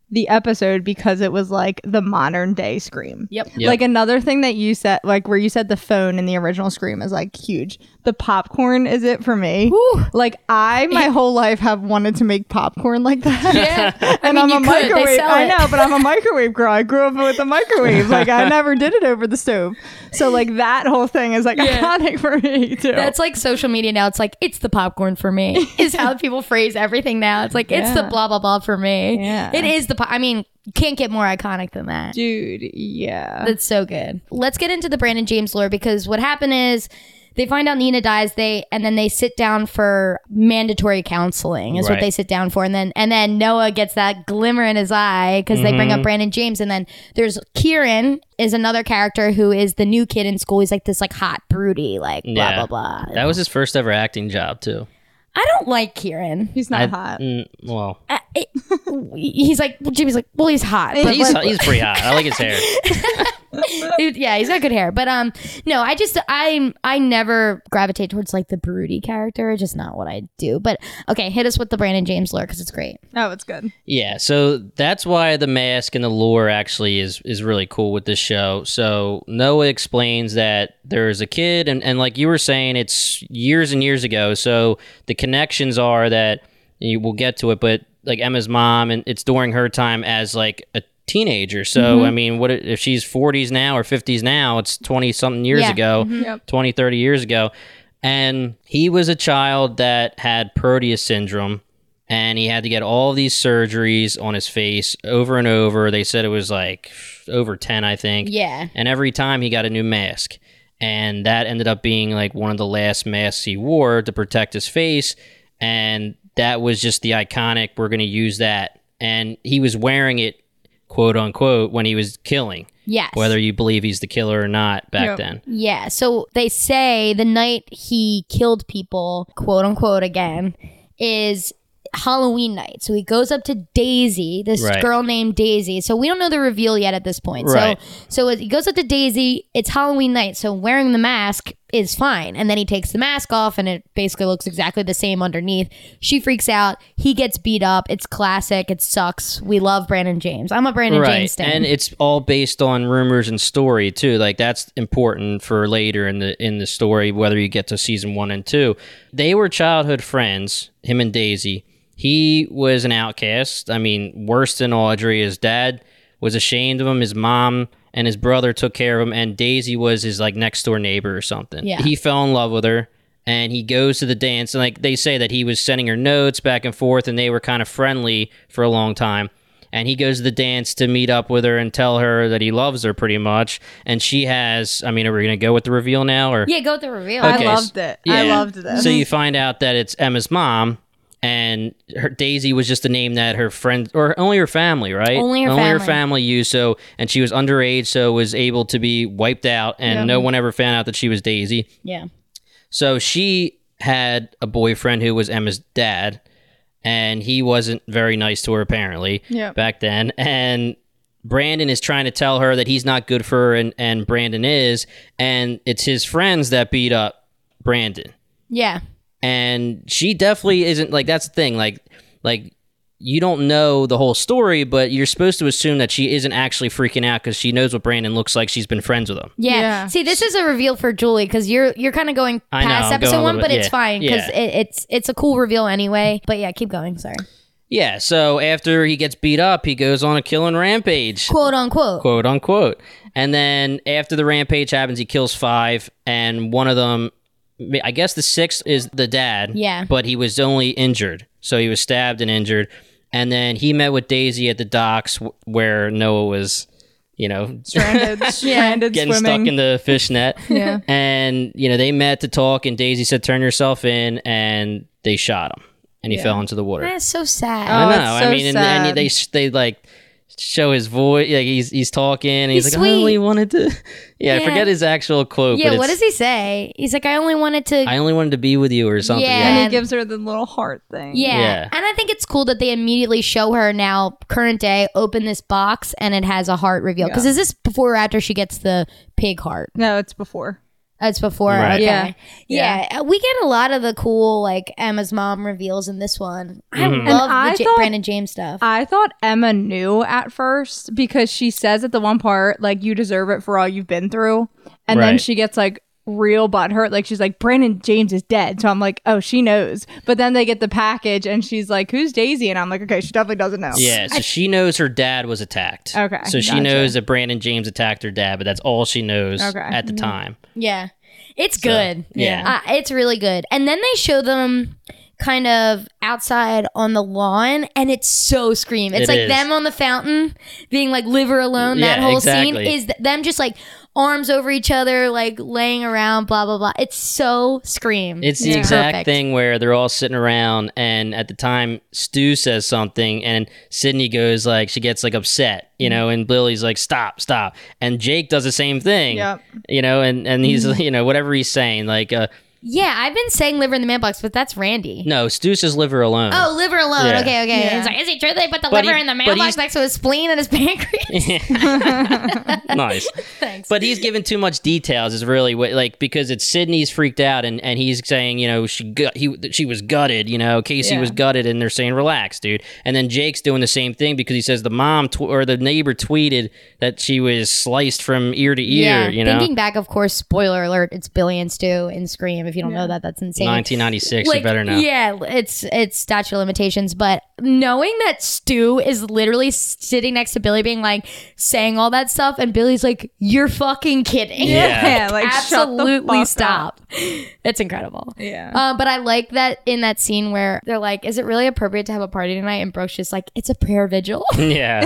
[SPEAKER 3] the episode because it was like the modern day Scream.
[SPEAKER 1] Yep.
[SPEAKER 2] Yep.
[SPEAKER 3] Like another thing that you said, like where you said the phone in the original Scream is like huge. The popcorn is it for me. Like I,
[SPEAKER 1] *laughs*
[SPEAKER 3] my whole life have wanted to make popcorn like that. *laughs*
[SPEAKER 1] Yeah.
[SPEAKER 3] and
[SPEAKER 1] I mean,
[SPEAKER 3] am a
[SPEAKER 1] you could. They
[SPEAKER 3] microwave.
[SPEAKER 1] sell
[SPEAKER 3] I
[SPEAKER 1] it.
[SPEAKER 3] know,
[SPEAKER 1] *laughs*
[SPEAKER 3] but I'm a microwave girl. I grew up with a microwave. Like I never did it over the stove. So like that whole thing is like *laughs* iconic for me too.
[SPEAKER 1] That's like social media now. It's like it's the popcorn for
[SPEAKER 3] *laughs*
[SPEAKER 1] me. Is how people phrase everything now. It's like it's the
[SPEAKER 3] Yeah.
[SPEAKER 1] blah blah blah for me.
[SPEAKER 3] Yeah.
[SPEAKER 1] It is the. Po- I mean, can't get more iconic than that.
[SPEAKER 3] dude. Yeah.
[SPEAKER 1] That's so good. Let's get into the Brandon James lore because what happened is they find out Nina dies. They and then they sit down for mandatory counseling is what
[SPEAKER 2] Right.
[SPEAKER 1] they sit down for, and then and then Noah gets that glimmer in his eye because they bring up
[SPEAKER 2] Mm-hmm.
[SPEAKER 1] Brandon James, and then there's Kieran is another character who is the new kid in school. He's like this like hot broody like blah
[SPEAKER 2] Yeah.
[SPEAKER 1] blah blah.
[SPEAKER 2] That was his first ever acting job too.
[SPEAKER 1] I don't like Kieran.
[SPEAKER 3] He's not hot.
[SPEAKER 2] Mm, well,
[SPEAKER 1] I- I- he's like well, Jimmy's like well he's hot. But
[SPEAKER 2] he's,
[SPEAKER 1] like-
[SPEAKER 2] he's pretty hot. I like
[SPEAKER 1] *laughs*
[SPEAKER 2] his hair.
[SPEAKER 1] Dude, yeah, he's got good hair. But um, no, I just I I never gravitate towards like the broody character. It's just not what I do. But okay, hit us with the Brandon James lore because it's great.
[SPEAKER 3] Oh, it's good.
[SPEAKER 2] Yeah, so that's why the mask and the lore actually is is really cool with this show. So Noah explains that there's a kid, and, and like you were saying, it's years and years ago. So the connections are that you will get to it, but like Emma's mom, and it's during her time as like a teenager. So I mean, what if she's 40s now or 50s now? It's 20 something years
[SPEAKER 1] Yeah.
[SPEAKER 2] ago, twenty, thirty 20, 30 years ago. And he was a child that had Proteus syndrome and he had to get all these surgeries on his face over and over. They said it was like over 10, I think.
[SPEAKER 1] Yeah.
[SPEAKER 2] And every time he got a new mask. And that ended up being like one of the last masks he wore to protect his face. And that was just the iconic, we're going to use that. And he was wearing it, quote unquote, when he was killing,
[SPEAKER 1] Yes.
[SPEAKER 2] whether you believe he's the killer or not back
[SPEAKER 3] Yep.
[SPEAKER 2] then.
[SPEAKER 1] Yeah. So they say the night he killed people, quote unquote, again, is Halloween night. So he goes up to Daisy, this
[SPEAKER 2] Right.
[SPEAKER 1] girl named Daisy. So we don't know the reveal yet at this point.
[SPEAKER 2] Right.
[SPEAKER 1] So so he goes up to Daisy. It's Halloween night, so wearing the mask is fine. And then he takes the mask off, and it basically looks exactly the same underneath. She freaks out. He gets beat up. It's classic. It sucks. We love Brandon James. I'm a Brandon James stan.
[SPEAKER 2] and it's all based on rumors and story too like that's important for later in the in the story whether you get to season one and two they were childhood friends him and daisy he was an outcast i mean worse than audrey his dad was ashamed of him his mom and his brother took care of him and daisy was his like next door neighbor or something
[SPEAKER 1] Yeah.
[SPEAKER 2] he fell in love with her and he goes to the dance and like they say that he was sending her notes back and forth and they were kind of friendly for a long time and he goes to the dance to meet up with her and tell her that he loves her pretty much and she has i mean are we gonna go with the reveal now or
[SPEAKER 1] yeah, go with the reveal.
[SPEAKER 2] Okay,
[SPEAKER 3] I
[SPEAKER 2] s-
[SPEAKER 3] loved it. I
[SPEAKER 2] yeah.
[SPEAKER 3] loved this.
[SPEAKER 2] so you find out that it's emma's mom and her daisy was just a name that her friends or only her family right
[SPEAKER 1] Only her family.
[SPEAKER 2] family used so and she was underage so was able to be wiped out and no one ever found out that she was daisy
[SPEAKER 1] Yeah.
[SPEAKER 2] so she had a boyfriend who was Emma's dad, and he wasn't very nice to her apparently
[SPEAKER 3] Yep.
[SPEAKER 2] back then. And Brandon is trying to tell her that he's not good for her, and, and Brandon is, and it's his friends that beat up Brandon
[SPEAKER 1] Yeah.
[SPEAKER 2] and she definitely isn't like that's the thing like like you don't know the whole story but you're supposed to assume that she isn't actually freaking out because she knows what brandon looks like she's been friends with him
[SPEAKER 1] Yeah.
[SPEAKER 3] Yeah.
[SPEAKER 1] See, this is a reveal for Julie because you're you're kind of going
[SPEAKER 2] I know,
[SPEAKER 1] past
[SPEAKER 2] I'm
[SPEAKER 1] episode
[SPEAKER 2] going a
[SPEAKER 1] one,
[SPEAKER 2] little
[SPEAKER 1] but
[SPEAKER 2] bit-
[SPEAKER 1] it's
[SPEAKER 2] yeah.
[SPEAKER 1] fine because
[SPEAKER 2] Yeah.
[SPEAKER 1] it, it's it's a cool reveal anyway. But yeah, keep going. Sorry,
[SPEAKER 2] yeah so after he gets beat up he goes on a killing rampage
[SPEAKER 1] quote unquote.
[SPEAKER 2] quote unquote. And then after the rampage happens, he kills five, and one of them, I guess the sixth is the dad.
[SPEAKER 1] Yeah.
[SPEAKER 2] But he was only injured. So he was stabbed and injured. And then he met with Daisy at the docks w- where Noah was, you know,
[SPEAKER 1] *laughs*
[SPEAKER 3] stranded, stranded
[SPEAKER 2] getting
[SPEAKER 3] swimming.
[SPEAKER 2] stuck in the fishnet.
[SPEAKER 3] *laughs* Yeah.
[SPEAKER 2] And, you know, they met to talk, and Daisy said, turn yourself in, and they shot him, and he fell into the water.
[SPEAKER 1] That's so sad.
[SPEAKER 3] Oh,
[SPEAKER 2] I
[SPEAKER 3] it's
[SPEAKER 2] know. I
[SPEAKER 3] so
[SPEAKER 2] mean, and, and
[SPEAKER 3] sad.
[SPEAKER 2] they sh- they like show his voice. Like he's he's talking. And he's,
[SPEAKER 1] He's
[SPEAKER 2] like, I only
[SPEAKER 1] sweet.
[SPEAKER 2] wanted to. *laughs* Yeah, I
[SPEAKER 1] Yeah.
[SPEAKER 2] forget his actual quote.
[SPEAKER 1] yeah,
[SPEAKER 2] but
[SPEAKER 1] what does
[SPEAKER 2] it's,
[SPEAKER 1] he say? He's like, I only wanted to.
[SPEAKER 2] I only wanted to be with you or something.
[SPEAKER 1] Yeah.
[SPEAKER 3] and
[SPEAKER 2] Yeah.
[SPEAKER 3] he gives her the little heart thing.
[SPEAKER 1] yeah.
[SPEAKER 2] Yeah.
[SPEAKER 1] and I think it's cool that they immediately show her now, current day, open this box and it has a heart reveal. Because is this before or after she gets the pig heart?
[SPEAKER 3] No, it's before.
[SPEAKER 1] It's before.
[SPEAKER 2] Right.
[SPEAKER 1] Okay.
[SPEAKER 3] Yeah.
[SPEAKER 1] Yeah. Uh, We get a lot of the cool like Emma's mom reveals in this one. I
[SPEAKER 2] Mm-hmm.
[SPEAKER 1] love the
[SPEAKER 3] I
[SPEAKER 1] Ja-
[SPEAKER 3] thought-
[SPEAKER 1] Brandon James stuff.
[SPEAKER 3] I thought Emma knew at first because she says at the one part, like, you deserve it for all you've been through. And then
[SPEAKER 2] Right.
[SPEAKER 3] she gets like real butthurt. Like, she's like, Brandon James is dead. So I'm like, oh, she knows. But then they get the package and she's like, who's Daisy? And I'm like, okay, she definitely doesn't know.
[SPEAKER 2] Yeah, so she knows her dad was attacked.
[SPEAKER 3] Okay,
[SPEAKER 2] So she
[SPEAKER 3] gotcha.
[SPEAKER 2] knows that Brandon James attacked her dad, but that's all she knows
[SPEAKER 3] Okay. mm-hmm.
[SPEAKER 2] at the time.
[SPEAKER 1] Yeah. It's good.
[SPEAKER 2] yeah.
[SPEAKER 1] Uh, it's really good. And then they show them kind of outside on the lawn and it's so scream. It's
[SPEAKER 2] It
[SPEAKER 1] like
[SPEAKER 2] is.
[SPEAKER 1] them on the fountain being like live her alone. that
[SPEAKER 2] Yeah,
[SPEAKER 1] whole scene
[SPEAKER 2] exactly.
[SPEAKER 1] is th- them just like arms over each other, like laying around, blah, blah, blah. It's so scream.
[SPEAKER 2] It's the
[SPEAKER 1] Yeah.
[SPEAKER 2] exact
[SPEAKER 1] Perfect.
[SPEAKER 2] thing where they're all sitting around, and at the time, Stu says something, and Sydney goes like, she gets like upset, you know, and Lily's like, stop, stop, and Jake does the same thing,
[SPEAKER 3] Yep.
[SPEAKER 2] you know, and and he's
[SPEAKER 1] Mm-hmm.
[SPEAKER 2] you know whatever he's saying, like, uh,
[SPEAKER 1] Yeah. I've been saying liver in the man box, but that's Randy.
[SPEAKER 2] no, Stu says live her alone.
[SPEAKER 1] Oh, liver alone.
[SPEAKER 2] Yeah.
[SPEAKER 1] Okay, okay.
[SPEAKER 3] Yeah.
[SPEAKER 1] It's like, is it true they put the
[SPEAKER 2] But
[SPEAKER 1] liver
[SPEAKER 2] he-
[SPEAKER 1] in the
[SPEAKER 2] but
[SPEAKER 1] mailbox
[SPEAKER 2] he's-
[SPEAKER 1] next to his spleen and his *laughs* pancreas? *laughs*
[SPEAKER 2] nice.
[SPEAKER 1] Thanks.
[SPEAKER 2] But he's given too much details. Is really what like because it's Sydney's freaked out and, and he's saying you know she gut he that she was gutted you know Casey
[SPEAKER 3] Yeah.
[SPEAKER 2] was gutted and they're saying relax dude and then Jake's doing the same thing because he says the mom tw- or the neighbor tweeted that she was sliced from ear to ear you know
[SPEAKER 1] Thinking back, of course, spoiler alert, it's Billions too in Scream. If you don't know that, that's insane.
[SPEAKER 2] 1996 you better know
[SPEAKER 1] Yeah, it's it's statute of limitations, but knowing that Stu is literally sitting next to Billy, being like saying all that stuff, and Billy's like, "You're fucking kidding." *laughs*
[SPEAKER 3] Yeah, like, shut the
[SPEAKER 1] absolutely
[SPEAKER 3] fuck
[SPEAKER 1] stop. *laughs* It's incredible.
[SPEAKER 3] Yeah.
[SPEAKER 1] Uh, but I like that in that scene where they're like, "Is it really appropriate to have a party tonight?" And Brooke's just like, "It's a prayer
[SPEAKER 2] *laughs*
[SPEAKER 1] vigil." *laughs*
[SPEAKER 2] yeah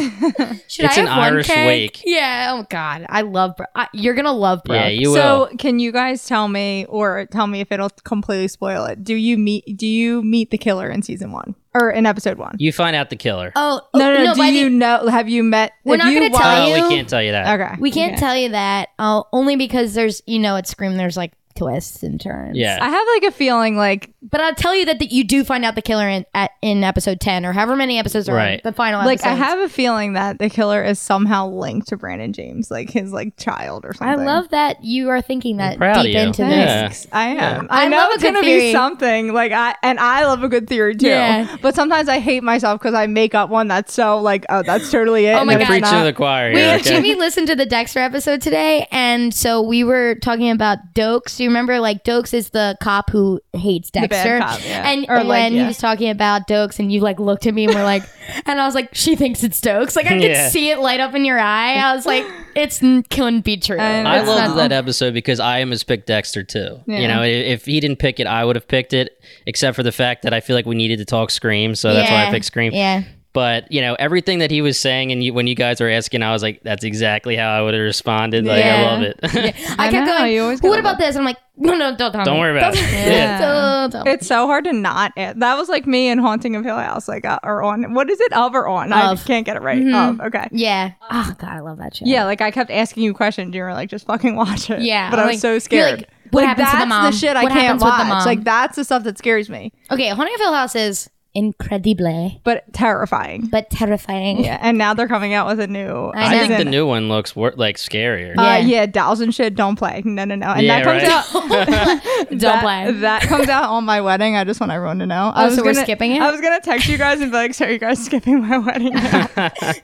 [SPEAKER 1] Should
[SPEAKER 2] It's
[SPEAKER 1] I
[SPEAKER 2] an
[SPEAKER 1] have one
[SPEAKER 2] Irish
[SPEAKER 1] cake?
[SPEAKER 2] wake.
[SPEAKER 1] Yeah. Oh God, I love. Bro- I, you're gonna love Brooke.
[SPEAKER 2] yeah you
[SPEAKER 3] so
[SPEAKER 2] will
[SPEAKER 3] can you guys tell me or tell me if it'll completely spoil it do you meet do you meet the killer in season one or in episode one
[SPEAKER 2] you find out the killer
[SPEAKER 1] Oh
[SPEAKER 3] no no, no do
[SPEAKER 1] by the-
[SPEAKER 3] you know have you met
[SPEAKER 1] We're
[SPEAKER 3] if
[SPEAKER 1] not
[SPEAKER 3] you
[SPEAKER 1] gonna tell
[SPEAKER 3] watch-
[SPEAKER 2] oh
[SPEAKER 1] you-
[SPEAKER 2] we can't tell you that
[SPEAKER 3] okay
[SPEAKER 1] we can't
[SPEAKER 3] Okay.
[SPEAKER 1] tell you that. Oh, only because there's you know at Scream there's like twists and turns.
[SPEAKER 2] yeah
[SPEAKER 3] i have like a feeling like
[SPEAKER 1] But I'll tell you that, that you do find out the killer in at, in episode ten or however many episodes are on,
[SPEAKER 2] Right.
[SPEAKER 1] the final.
[SPEAKER 3] like i
[SPEAKER 1] episodes.
[SPEAKER 3] have a feeling that the killer is somehow linked to brandon james like his like child or
[SPEAKER 1] I
[SPEAKER 3] something
[SPEAKER 1] love that you are thinking that
[SPEAKER 2] proud of
[SPEAKER 1] deep
[SPEAKER 2] you.
[SPEAKER 1] into
[SPEAKER 2] Yeah.
[SPEAKER 1] this.
[SPEAKER 3] Thanks. I am.
[SPEAKER 1] I
[SPEAKER 3] I, know
[SPEAKER 1] love a
[SPEAKER 3] it's
[SPEAKER 1] good
[SPEAKER 3] gonna
[SPEAKER 1] theory.
[SPEAKER 3] be something like I and I love a good theory too.
[SPEAKER 1] Yeah.
[SPEAKER 3] But sometimes I hate myself because I make up one that's so like oh that's totally it.
[SPEAKER 1] Oh
[SPEAKER 3] and
[SPEAKER 1] my
[SPEAKER 3] it's
[SPEAKER 1] God.
[SPEAKER 2] preaching
[SPEAKER 3] not.
[SPEAKER 2] to the choir
[SPEAKER 1] We
[SPEAKER 2] here, okay?
[SPEAKER 1] Jimmy listened to the Dexter episode today, and so we were talking about Dokes. Do you remember, like Dokes is the cop who hates
[SPEAKER 3] bad
[SPEAKER 1] Dexter,
[SPEAKER 3] cop, yeah.
[SPEAKER 1] and
[SPEAKER 3] Or,
[SPEAKER 1] when
[SPEAKER 3] like,
[SPEAKER 1] he
[SPEAKER 3] yeah.
[SPEAKER 1] was talking about Dokes, and you like looked at me and were
[SPEAKER 3] *laughs*
[SPEAKER 1] like, and I was like, she thinks it's Dokes. Like I could
[SPEAKER 2] *laughs* Yeah.
[SPEAKER 1] see it light up in your eye. I was like, it's n- couldn't be true.
[SPEAKER 3] And
[SPEAKER 2] I
[SPEAKER 3] It's
[SPEAKER 2] loved
[SPEAKER 3] not-
[SPEAKER 2] that episode because I am as pick Dexter too. You
[SPEAKER 3] Yeah.
[SPEAKER 2] know, i- if he didn't pick it, I would have picked it. Except for the fact that I feel like we needed to talk Scream, so that's why I
[SPEAKER 1] Yeah.
[SPEAKER 2] picked Scream.
[SPEAKER 1] Yeah.
[SPEAKER 2] But you know, everything that he was saying, and you, when you guys were asking, I was like, "That's exactly how I would have responded." Like, I
[SPEAKER 1] Yeah.
[SPEAKER 2] love it.
[SPEAKER 1] I,
[SPEAKER 3] I
[SPEAKER 1] kept
[SPEAKER 3] know,
[SPEAKER 1] going.
[SPEAKER 3] you always
[SPEAKER 1] what
[SPEAKER 3] gotta
[SPEAKER 1] about this? And I'm like, no, no, don't tell
[SPEAKER 2] *laughs* Don't
[SPEAKER 1] me.
[SPEAKER 2] worry about it. Yeah.
[SPEAKER 1] Don't- don't-
[SPEAKER 3] It's so hard to not. That was like me and Haunting of Hill House, like uh, or on. What is it? Of or on?
[SPEAKER 1] Of.
[SPEAKER 3] I can't get it right. Of. Okay.
[SPEAKER 1] yeah. Oh God, I love that show.
[SPEAKER 3] Yeah, like I kept asking you questions. You were like, just fucking watch it.
[SPEAKER 1] Yeah,
[SPEAKER 3] But I was
[SPEAKER 1] like-
[SPEAKER 3] so
[SPEAKER 1] you're
[SPEAKER 3] scared.
[SPEAKER 1] like, what happens to the
[SPEAKER 3] that's
[SPEAKER 1] mom?
[SPEAKER 3] shit I
[SPEAKER 1] What
[SPEAKER 3] can't
[SPEAKER 1] happens with the mom?
[SPEAKER 3] watch. Like that's the stuff that scares me,
[SPEAKER 1] Okay, Haunting of Hill House is incredible
[SPEAKER 3] but terrifying.
[SPEAKER 1] but terrifying.
[SPEAKER 3] Yeah. And now they're coming out with a new.
[SPEAKER 1] I
[SPEAKER 2] I
[SPEAKER 1] know.
[SPEAKER 2] think the
[SPEAKER 3] season.
[SPEAKER 2] new one looks wor- like scarier.
[SPEAKER 3] Uh,
[SPEAKER 1] Yeah.
[SPEAKER 3] yeah. dolls and shit. Don't play. No, no, no. And
[SPEAKER 2] Yeah,
[SPEAKER 3] that comes
[SPEAKER 2] right.
[SPEAKER 3] out.
[SPEAKER 1] Don't
[SPEAKER 3] that,
[SPEAKER 1] play.
[SPEAKER 3] That comes out on my wedding. I just want everyone to know. I
[SPEAKER 1] Oh,
[SPEAKER 3] was
[SPEAKER 1] so we're
[SPEAKER 3] gonna-
[SPEAKER 1] skipping it?
[SPEAKER 3] I was gonna text you guys and be like, "So are you guys skipping my wedding?"
[SPEAKER 2] *laughs*
[SPEAKER 3] now?"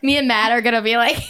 [SPEAKER 1] Me and Matt are gonna be like *laughs*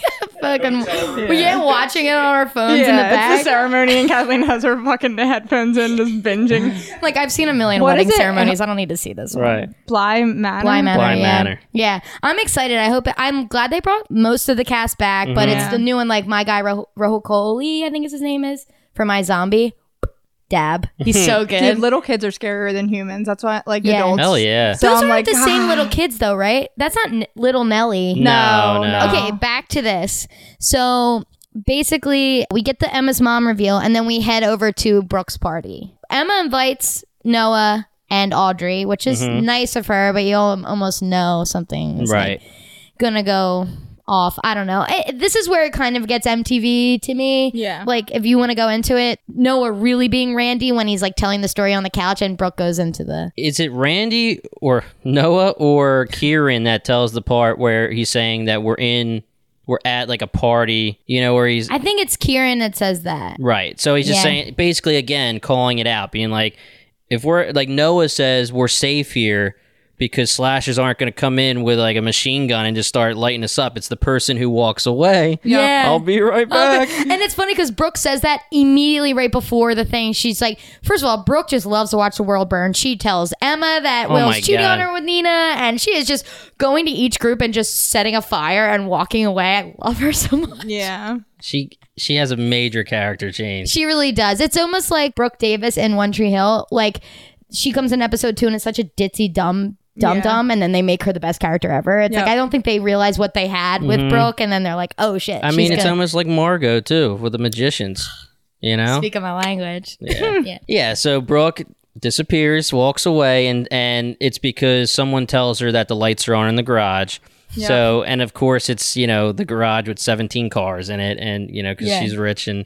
[SPEAKER 1] fucking we get watching it on our phones in the
[SPEAKER 3] it's
[SPEAKER 1] back.
[SPEAKER 3] the ceremony, and Kathleen has her fucking headphones in, just binging.
[SPEAKER 1] *laughs* like I've seen a million
[SPEAKER 3] What
[SPEAKER 1] wedding
[SPEAKER 3] is it?
[SPEAKER 1] ceremonies. I don't need to see this one.
[SPEAKER 2] Right.
[SPEAKER 3] Bly Manor.
[SPEAKER 1] Bly Manor,
[SPEAKER 2] Bly
[SPEAKER 1] yeah.
[SPEAKER 2] Manor.
[SPEAKER 1] Yeah, I'm excited. I hope I'm glad they brought most of the cast back, but it's
[SPEAKER 3] Mm-hmm.
[SPEAKER 1] the new one, like my guy Rah- Rahul Kohli, I think is his name is for my zombie
[SPEAKER 3] *laughs*
[SPEAKER 1] dab. He's so
[SPEAKER 3] Dude,
[SPEAKER 1] good.
[SPEAKER 3] little kids are scarier than humans. That's why, like
[SPEAKER 1] Yeah.
[SPEAKER 3] adults.
[SPEAKER 2] Hell Oh, yeah.
[SPEAKER 3] So
[SPEAKER 1] Those
[SPEAKER 3] I'm
[SPEAKER 1] aren't
[SPEAKER 3] like, "Ah."
[SPEAKER 1] the same
[SPEAKER 3] "God."
[SPEAKER 1] little kids though, right? That's not N- little Nelly.
[SPEAKER 2] No, no.
[SPEAKER 1] Okay, back to this. So basically, we get the Emma's mom reveal, and then we head over to Brooke's party. Emma invites Noah and Audrey, which is nice of her, but you al- almost know something is
[SPEAKER 2] Mm-hmm. Right.
[SPEAKER 1] gonna go off. I don't know. I this is where it kind of gets MTV to me.
[SPEAKER 3] Yeah.
[SPEAKER 1] Like if you want to go into it, Noah really being Randy when he's like telling the story on the couch, and Brooke goes into the
[SPEAKER 2] Is it Randy or Noah or Kieran that tells the part where he's saying that we're in were at like a party, you know, where he's
[SPEAKER 1] I think it's Kieran that says that.
[SPEAKER 2] Right. So he's just
[SPEAKER 1] Yeah.
[SPEAKER 2] saying, basically, again, calling it out, being like, if we're like Noah says, we're safe here because slashers aren't going to come in with like a machine gun and just start lighting us up. It's the person who walks away.
[SPEAKER 1] Yeah.
[SPEAKER 2] *laughs* I'll be right
[SPEAKER 1] Oh,
[SPEAKER 2] back.
[SPEAKER 1] but- and it's funny because Brooke says that immediately right before the thing. She's like, first of all, Brooke just loves to watch the world burn. She tells Emma that
[SPEAKER 2] Oh
[SPEAKER 1] Will's
[SPEAKER 2] my
[SPEAKER 1] cheating on
[SPEAKER 2] God.
[SPEAKER 1] her with Nina, and she is just going to each group and just setting a fire and walking away. I love her so much.
[SPEAKER 3] Yeah.
[SPEAKER 2] She she has a major character change.
[SPEAKER 1] She really does. It's almost like Brooke Davis in One Tree Hill. Like she comes in episode two and it's such a ditzy dumb dumb
[SPEAKER 3] Yeah.
[SPEAKER 1] dumb and then they make her the best character ever. It's
[SPEAKER 3] Yep.
[SPEAKER 1] like I don't think they realize what they had with Brooke and then they're like, oh shit.
[SPEAKER 2] Mm-hmm. I
[SPEAKER 1] she's
[SPEAKER 2] mean, it's
[SPEAKER 1] good.
[SPEAKER 2] almost like Margot too with the magicians, you know.
[SPEAKER 1] speak of my language.
[SPEAKER 2] Yeah, so Brooke disappears, walks away, and and it's because someone tells her that the lights are on in the garage. So and of course it's you know the garage with seventeen cars in it, and you know because
[SPEAKER 1] Yeah.
[SPEAKER 2] she's rich and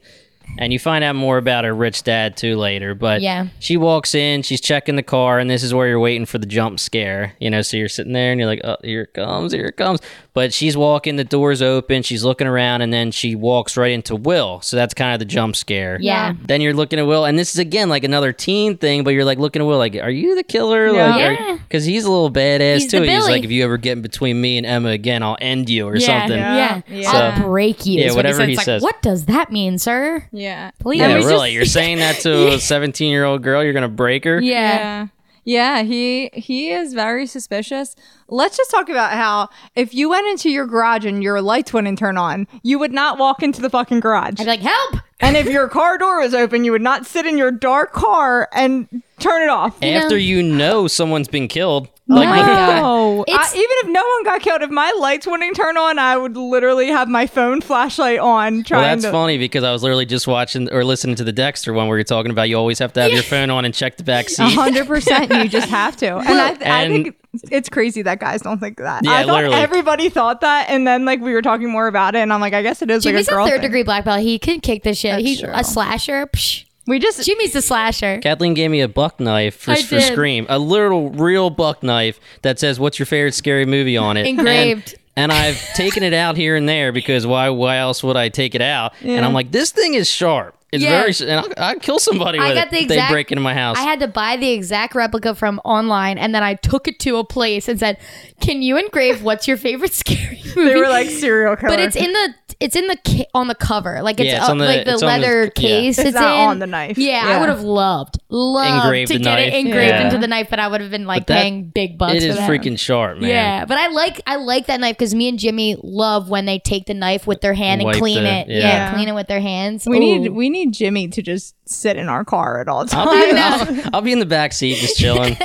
[SPEAKER 2] and you find out more about her rich dad too later. But
[SPEAKER 1] Yeah.
[SPEAKER 2] she walks in, she's checking the car, and this is where you're waiting for the jump scare. You know, so you're sitting there and you're like, oh, here it comes, here it comes. But she's walking, the door's open, she's looking around, and then she walks right into Will. So that's kind of the jump scare.
[SPEAKER 1] Yeah.
[SPEAKER 2] Then you're looking at Will, and this is again like another teen thing, but you're like looking at Will, like, are you the killer?
[SPEAKER 3] Yeah.
[SPEAKER 1] Yeah.
[SPEAKER 2] Like, because he's a little badass
[SPEAKER 1] He's the
[SPEAKER 2] too. He's
[SPEAKER 1] Billy.
[SPEAKER 2] like, if you ever get in between me and Emma again, I'll end you or something.
[SPEAKER 1] Yeah.
[SPEAKER 3] Yeah.
[SPEAKER 1] I'll
[SPEAKER 2] So-
[SPEAKER 1] break you.
[SPEAKER 2] Yeah,
[SPEAKER 1] is what
[SPEAKER 2] whatever
[SPEAKER 1] said.
[SPEAKER 2] he
[SPEAKER 1] It's like,
[SPEAKER 2] says.
[SPEAKER 1] What does that mean, sir?
[SPEAKER 3] Yeah.
[SPEAKER 1] Please.
[SPEAKER 2] Yeah,
[SPEAKER 3] That was
[SPEAKER 2] really.
[SPEAKER 3] just-
[SPEAKER 1] *laughs*
[SPEAKER 2] you're saying that to a 17 year old girl, you're going to break her?
[SPEAKER 1] Yeah.
[SPEAKER 3] Yeah. Yeah, he he is very suspicious. Let's just talk about how if you went into your garage and your lights wouldn't turn on, you would not walk into the fucking garage.
[SPEAKER 1] I'd be like, help.
[SPEAKER 3] and if your car door was open, you would not sit in your dark car and turn it off.
[SPEAKER 2] After you know someone's been killed.
[SPEAKER 1] Oh my God.
[SPEAKER 3] No. I, even
[SPEAKER 1] It's-
[SPEAKER 3] if no one got killed, if my lights wouldn't turn on, I would literally have my phone flashlight on
[SPEAKER 2] Well,
[SPEAKER 3] trying
[SPEAKER 2] that's
[SPEAKER 3] to.
[SPEAKER 2] funny because I was literally just watching or listening to the Dexter one where you're talking about you always have to have your phone on and check
[SPEAKER 1] *laughs*
[SPEAKER 2] the back
[SPEAKER 1] Oh,
[SPEAKER 2] seat.
[SPEAKER 3] hundred percent. You just have to. And I, th- I
[SPEAKER 2] And-
[SPEAKER 3] think it's crazy that guys don't think that.
[SPEAKER 2] Yeah,
[SPEAKER 3] I thought
[SPEAKER 2] literally.
[SPEAKER 3] everybody thought that, and then like we were talking more about it, and I'm like, I guess it is
[SPEAKER 1] Jimmy's
[SPEAKER 3] like a
[SPEAKER 1] a,
[SPEAKER 3] girl
[SPEAKER 1] third
[SPEAKER 3] thing.
[SPEAKER 1] degree black belt. He could kick this shit. He's
[SPEAKER 3] true.
[SPEAKER 1] a slasher. Psh.
[SPEAKER 3] We just
[SPEAKER 1] Jimmy's the slasher.
[SPEAKER 2] Kathleen gave me a buck knife for,
[SPEAKER 1] I
[SPEAKER 2] for
[SPEAKER 1] did.
[SPEAKER 2] Scream, a literal real buck knife that says "What's your favorite scary movie?" on it, And-
[SPEAKER 1] Engraved.
[SPEAKER 2] And,
[SPEAKER 1] *laughs*
[SPEAKER 2] I've taken it out here and there because why? Why else would I take it out? And I'm like, this thing is sharp. It's
[SPEAKER 1] Yeah.
[SPEAKER 2] very. sh- And I'll, I'll kill somebody
[SPEAKER 1] I
[SPEAKER 2] with
[SPEAKER 1] got
[SPEAKER 2] it.
[SPEAKER 1] the
[SPEAKER 2] if
[SPEAKER 1] exact.
[SPEAKER 2] they break into my house.
[SPEAKER 1] I had to buy the exact replica from online, and then I took it to a place and said, "Can you engrave what's your favorite scary *laughs* movie?"
[SPEAKER 3] they were like serial killer.
[SPEAKER 1] but it's in the it's in the ca- on the cover, like it's,
[SPEAKER 2] Yeah, it's
[SPEAKER 1] uh,
[SPEAKER 2] on the-
[SPEAKER 1] like the
[SPEAKER 2] it's on the-
[SPEAKER 1] leather
[SPEAKER 2] yeah.
[SPEAKER 1] case.
[SPEAKER 3] It's not
[SPEAKER 1] in.
[SPEAKER 3] on the knife.
[SPEAKER 1] Yeah, I
[SPEAKER 3] Yeah.
[SPEAKER 1] would have loved loved
[SPEAKER 2] Engraved
[SPEAKER 1] to
[SPEAKER 2] the
[SPEAKER 1] get it
[SPEAKER 2] knife.
[SPEAKER 1] engraved
[SPEAKER 2] Yeah.
[SPEAKER 1] into the knife, but I would have been like
[SPEAKER 2] But that-
[SPEAKER 1] paying big bucks.
[SPEAKER 2] it
[SPEAKER 1] for
[SPEAKER 2] is
[SPEAKER 1] that.
[SPEAKER 2] freaking sharp, man.
[SPEAKER 1] Yeah, but I like I like that knife because me and Jimmy love when they take the knife with their hand and
[SPEAKER 2] Wipe
[SPEAKER 1] clean
[SPEAKER 2] the-
[SPEAKER 1] it. Yeah.
[SPEAKER 2] yeah.
[SPEAKER 1] clean it with their hands.
[SPEAKER 3] we
[SPEAKER 1] Ooh.
[SPEAKER 3] need we need Jimmy to just sit in our car at all
[SPEAKER 2] I'll be,
[SPEAKER 3] *laughs* times.
[SPEAKER 2] I'll, I'll be in the back seat
[SPEAKER 1] *laughs*
[SPEAKER 2] just chilling.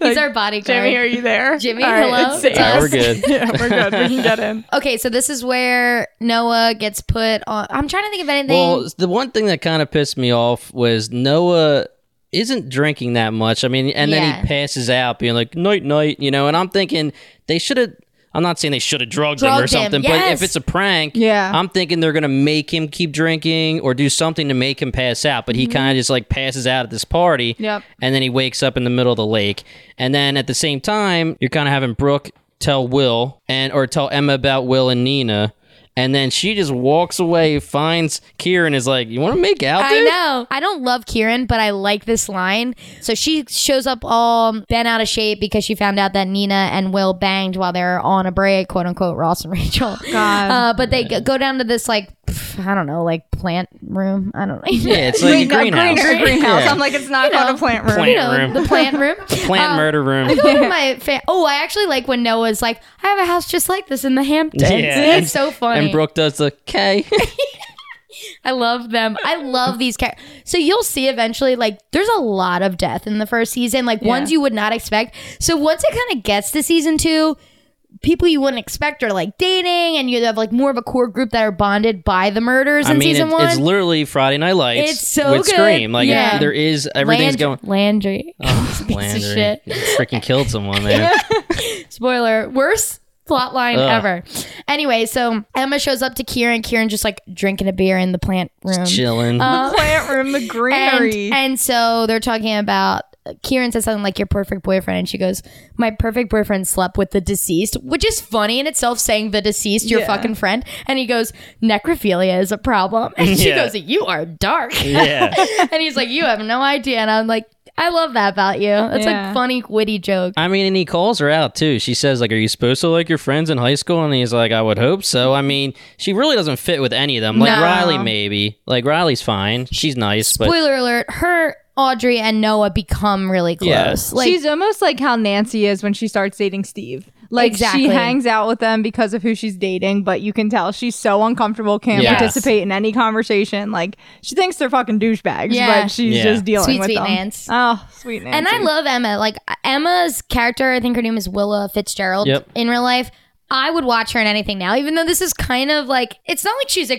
[SPEAKER 1] He's our bodyguard.
[SPEAKER 3] Jimmy, are you there?
[SPEAKER 1] Jimmy,
[SPEAKER 3] All
[SPEAKER 1] hello?
[SPEAKER 3] it's safe.
[SPEAKER 1] It's us.
[SPEAKER 2] Alright, we're good.
[SPEAKER 3] *laughs* yeah, we're good. We can
[SPEAKER 1] *laughs*
[SPEAKER 3] get in.
[SPEAKER 1] okay, so this is where Noah gets put on. I'm trying to think of anything.
[SPEAKER 2] Well, the one thing that kind of pissed me off was Noah isn't drinking that much. I mean, and then
[SPEAKER 1] Yeah.
[SPEAKER 2] he passes out, being like night, night, you know. And I'm thinking they should have. I'm not saying they should have drugged, him or
[SPEAKER 1] Drugged him,
[SPEAKER 2] something, but
[SPEAKER 1] yes.
[SPEAKER 2] if it's a prank,
[SPEAKER 3] Yeah.
[SPEAKER 2] I'm thinking they're gonna make him keep drinking or do something to make him pass out. But he kind of just like passes out at this party,
[SPEAKER 3] Yep.
[SPEAKER 2] and then he wakes up in the middle of the lake. And then at the same time, you're kind of having Brooke tell Will and or tell Emma about Will and Nina. And then she just walks away, finds Kieran, is like, "You want to make out,
[SPEAKER 1] I
[SPEAKER 2] dude?"
[SPEAKER 1] know. I don't love Kieran, but I like this line. So she shows up all bent out of shape because she found out that Nina and Will banged while they were on a break, quote unquote, Ross and Rachel.
[SPEAKER 3] God.
[SPEAKER 1] Uh, but they go- go down to this, like, pff, I don't know, like plant room. I don't know. *laughs*
[SPEAKER 2] Yeah, it's like a greenhouse.
[SPEAKER 3] Greener greenhouse.
[SPEAKER 2] Yeah.
[SPEAKER 3] I'm like, it's not
[SPEAKER 1] You know.
[SPEAKER 3] called a plant room.
[SPEAKER 1] you
[SPEAKER 2] Plant
[SPEAKER 1] know,
[SPEAKER 2] room.
[SPEAKER 1] the plant
[SPEAKER 2] *laughs*
[SPEAKER 1] room.
[SPEAKER 2] Plant
[SPEAKER 1] *laughs*
[SPEAKER 2] murder room.
[SPEAKER 1] One of my fa- oh, I actually like when Noah's like, I have a house just like this in the Hamptons.
[SPEAKER 2] Yeah.
[SPEAKER 1] It's so funny.
[SPEAKER 2] And Brooke does the K.
[SPEAKER 1] *laughs* I love them. I love these characters. So you'll see eventually, like, there's a lot of death in the first season, like ones you would not expect. So once it kind of gets to season two, people you wouldn't expect are like dating, and you have like more of a core group that are bonded by the murders
[SPEAKER 2] I
[SPEAKER 1] in
[SPEAKER 2] mean,
[SPEAKER 1] season
[SPEAKER 2] it,
[SPEAKER 1] one.
[SPEAKER 2] it's literally Friday Night Lights
[SPEAKER 1] It's so
[SPEAKER 2] with
[SPEAKER 1] good.
[SPEAKER 2] Scream. Like,
[SPEAKER 1] Yeah.
[SPEAKER 2] there is everything's
[SPEAKER 1] Landry, *laughs*
[SPEAKER 2] going.
[SPEAKER 1] Landry.
[SPEAKER 2] Oh,
[SPEAKER 1] of
[SPEAKER 2] Landry.
[SPEAKER 1] shit.
[SPEAKER 2] You Freaking killed someone, man.
[SPEAKER 1] *laughs* Spoiler, worst plot line
[SPEAKER 2] Ugh.
[SPEAKER 1] ever. Anyway, so Emma shows up to Kieran. Kieran just like drinking a beer in the plant room. Uh,
[SPEAKER 2] Chilling.
[SPEAKER 3] The plant room, the
[SPEAKER 1] *laughs* and,
[SPEAKER 3] greenery.
[SPEAKER 1] and so they're talking about Kieran says something like your perfect boyfriend, and she goes, "My perfect boyfriend slept with the deceased," which is funny in itself, saying the deceased, your
[SPEAKER 3] Yeah.
[SPEAKER 1] fucking friend, and he goes, "Necrophilia is a problem," and she
[SPEAKER 2] Yeah.
[SPEAKER 1] goes, "You are dark,"
[SPEAKER 2] Yeah.
[SPEAKER 1] *laughs* and he's like, "You have no idea," and I'm like, "I love that about you. It's like
[SPEAKER 3] Yeah.
[SPEAKER 1] funny, witty joke."
[SPEAKER 2] I mean, and he calls her out too. She says, like, are you supposed to like your friends in high school? And he's like, I would hope so. I mean, she really doesn't fit with any of them. Like
[SPEAKER 1] No.
[SPEAKER 2] Riley, maybe. Like Riley's fine. She's nice, but
[SPEAKER 1] Spoiler alert: her, Audrey, and Noah become really close.
[SPEAKER 2] Yeah.
[SPEAKER 1] Like,
[SPEAKER 3] she's almost like how Nancy is when she starts dating Steve. Like
[SPEAKER 1] Exactly.
[SPEAKER 3] she hangs out with them because of who she's dating, but you can tell she's so uncomfortable, can't
[SPEAKER 2] Yes.
[SPEAKER 3] participate in any conversation. Like she thinks they're fucking douchebags,
[SPEAKER 1] Yeah.
[SPEAKER 3] but she's
[SPEAKER 2] Yeah.
[SPEAKER 3] just dealing
[SPEAKER 1] Sweet,
[SPEAKER 3] with
[SPEAKER 1] sweet
[SPEAKER 3] them.
[SPEAKER 1] Nance.
[SPEAKER 3] Oh, sweet Nancy.
[SPEAKER 1] And I love Emma. Like Emma's character, I think her name is Willa Fitzgerald
[SPEAKER 2] Yep.
[SPEAKER 1] in real life. I would watch her in anything now, even though this is kind of like it's not like she's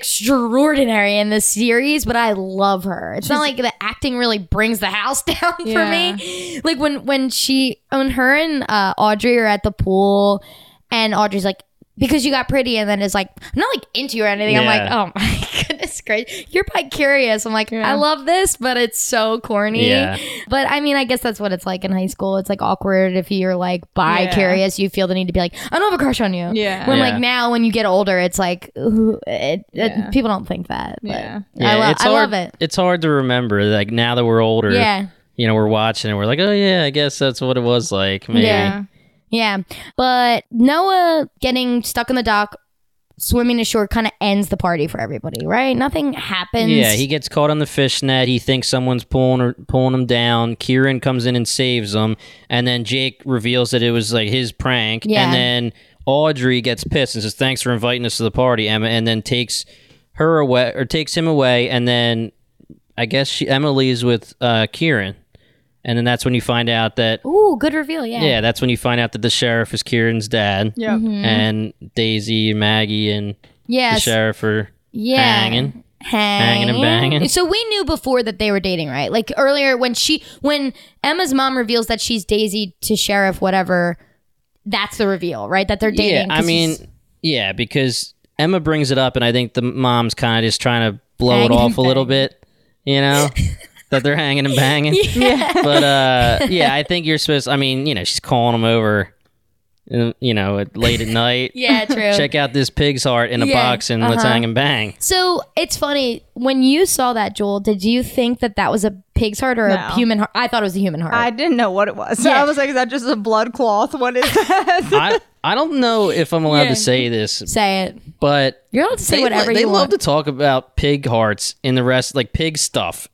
[SPEAKER 1] extraordinary in this series, but I love her. It's not like the acting really brings the house *laughs* down for
[SPEAKER 3] Yeah.
[SPEAKER 1] me. Like when when she when her and uh, Audrey are at the pool, and Audrey's like, "Because you got pretty," and then is like, "I'm not like into you or anything."
[SPEAKER 2] Yeah.
[SPEAKER 1] I'm like, "Oh *laughs* my goodness, great! You're bi curious." I'm like, "I love this, but it's so corny."
[SPEAKER 2] Yeah.
[SPEAKER 1] But I mean, I guess that's what it's like in high school. It's like awkward if you're like bi curious, you feel the need to be like, I don't have a crush on you.
[SPEAKER 3] Yeah.
[SPEAKER 1] When
[SPEAKER 2] Yeah.
[SPEAKER 1] like now, when you get older, it's like, ooh, it, it- people don't think that. But
[SPEAKER 3] Yeah.
[SPEAKER 1] I, lo- I
[SPEAKER 2] hard,
[SPEAKER 1] love it.
[SPEAKER 2] It's hard to remember. Like now that we're older,
[SPEAKER 1] Yeah.
[SPEAKER 2] you know, we're watching and we're like, oh yeah, I guess that's what it was like. Maybe.
[SPEAKER 1] Yeah. Yeah. But Noah getting stuck in the dock, swimming ashore kind of ends the party for everybody, right? Nothing happens.
[SPEAKER 2] Yeah, he gets caught on the fishnet. He thinks someone's pulling or, pulling him down. Kieran comes in and saves him, and then Jake reveals that it was like his prank.
[SPEAKER 1] Yeah.
[SPEAKER 2] And then Audrey gets pissed and says, "Thanks for inviting us to the party, Emma," and then takes her away or takes him away. And then I guess she Emma leaves with uh, Kieran, and then that's when you find out that
[SPEAKER 1] Ooh, good reveal. Yeah.
[SPEAKER 2] yeah, that's when you find out that the sheriff is Kieran's dad.
[SPEAKER 3] Yeah.
[SPEAKER 1] Mm-hmm.
[SPEAKER 2] And Daisy, Maggie, and the
[SPEAKER 1] Yes.
[SPEAKER 2] sheriff are
[SPEAKER 1] Yeah.
[SPEAKER 2] hanging. Hanging and banging.
[SPEAKER 1] So we knew before that they were dating, right? Like earlier when she when Emma's mom reveals that she's Daisy to Sheriff whatever, that's the reveal, right? That they're dating.
[SPEAKER 2] Yeah, I
[SPEAKER 1] 'cause
[SPEAKER 2] mean,
[SPEAKER 1] she's-
[SPEAKER 2] yeah, because Emma brings it up, and I think the mom's kind of just trying to blow it
[SPEAKER 1] Hanging
[SPEAKER 2] off a
[SPEAKER 1] and
[SPEAKER 2] little bit,
[SPEAKER 1] *laughs*
[SPEAKER 2] you know, that they're hanging and banging. *laughs* But uh, yeah, I think you're supposed. I mean, you know, she's calling him over, uh, you know, at late at night.
[SPEAKER 1] *laughs*
[SPEAKER 2] *laughs*
[SPEAKER 1] yeah, true.
[SPEAKER 2] Check out this pig's heart in a
[SPEAKER 1] Yeah, Uh-huh.
[SPEAKER 2] box, and let's hang
[SPEAKER 1] *laughs*
[SPEAKER 2] and bang.
[SPEAKER 1] So it's funny when you saw that Joel. Did you think that that was a pig's heart or a
[SPEAKER 3] No.
[SPEAKER 1] human heart? I thought it was a human heart.
[SPEAKER 3] I didn't know what it was. *laughs* So
[SPEAKER 1] Yeah.
[SPEAKER 3] I was like, is that just a blood cloth? What *laughs* is that?
[SPEAKER 2] I I don't know if I'm allowed to say this,
[SPEAKER 1] say it.
[SPEAKER 2] but
[SPEAKER 1] You're allowed to say
[SPEAKER 2] they,
[SPEAKER 1] whatever
[SPEAKER 2] they
[SPEAKER 1] you
[SPEAKER 2] love
[SPEAKER 1] want.
[SPEAKER 2] to talk about pig hearts in the rest like pig stuff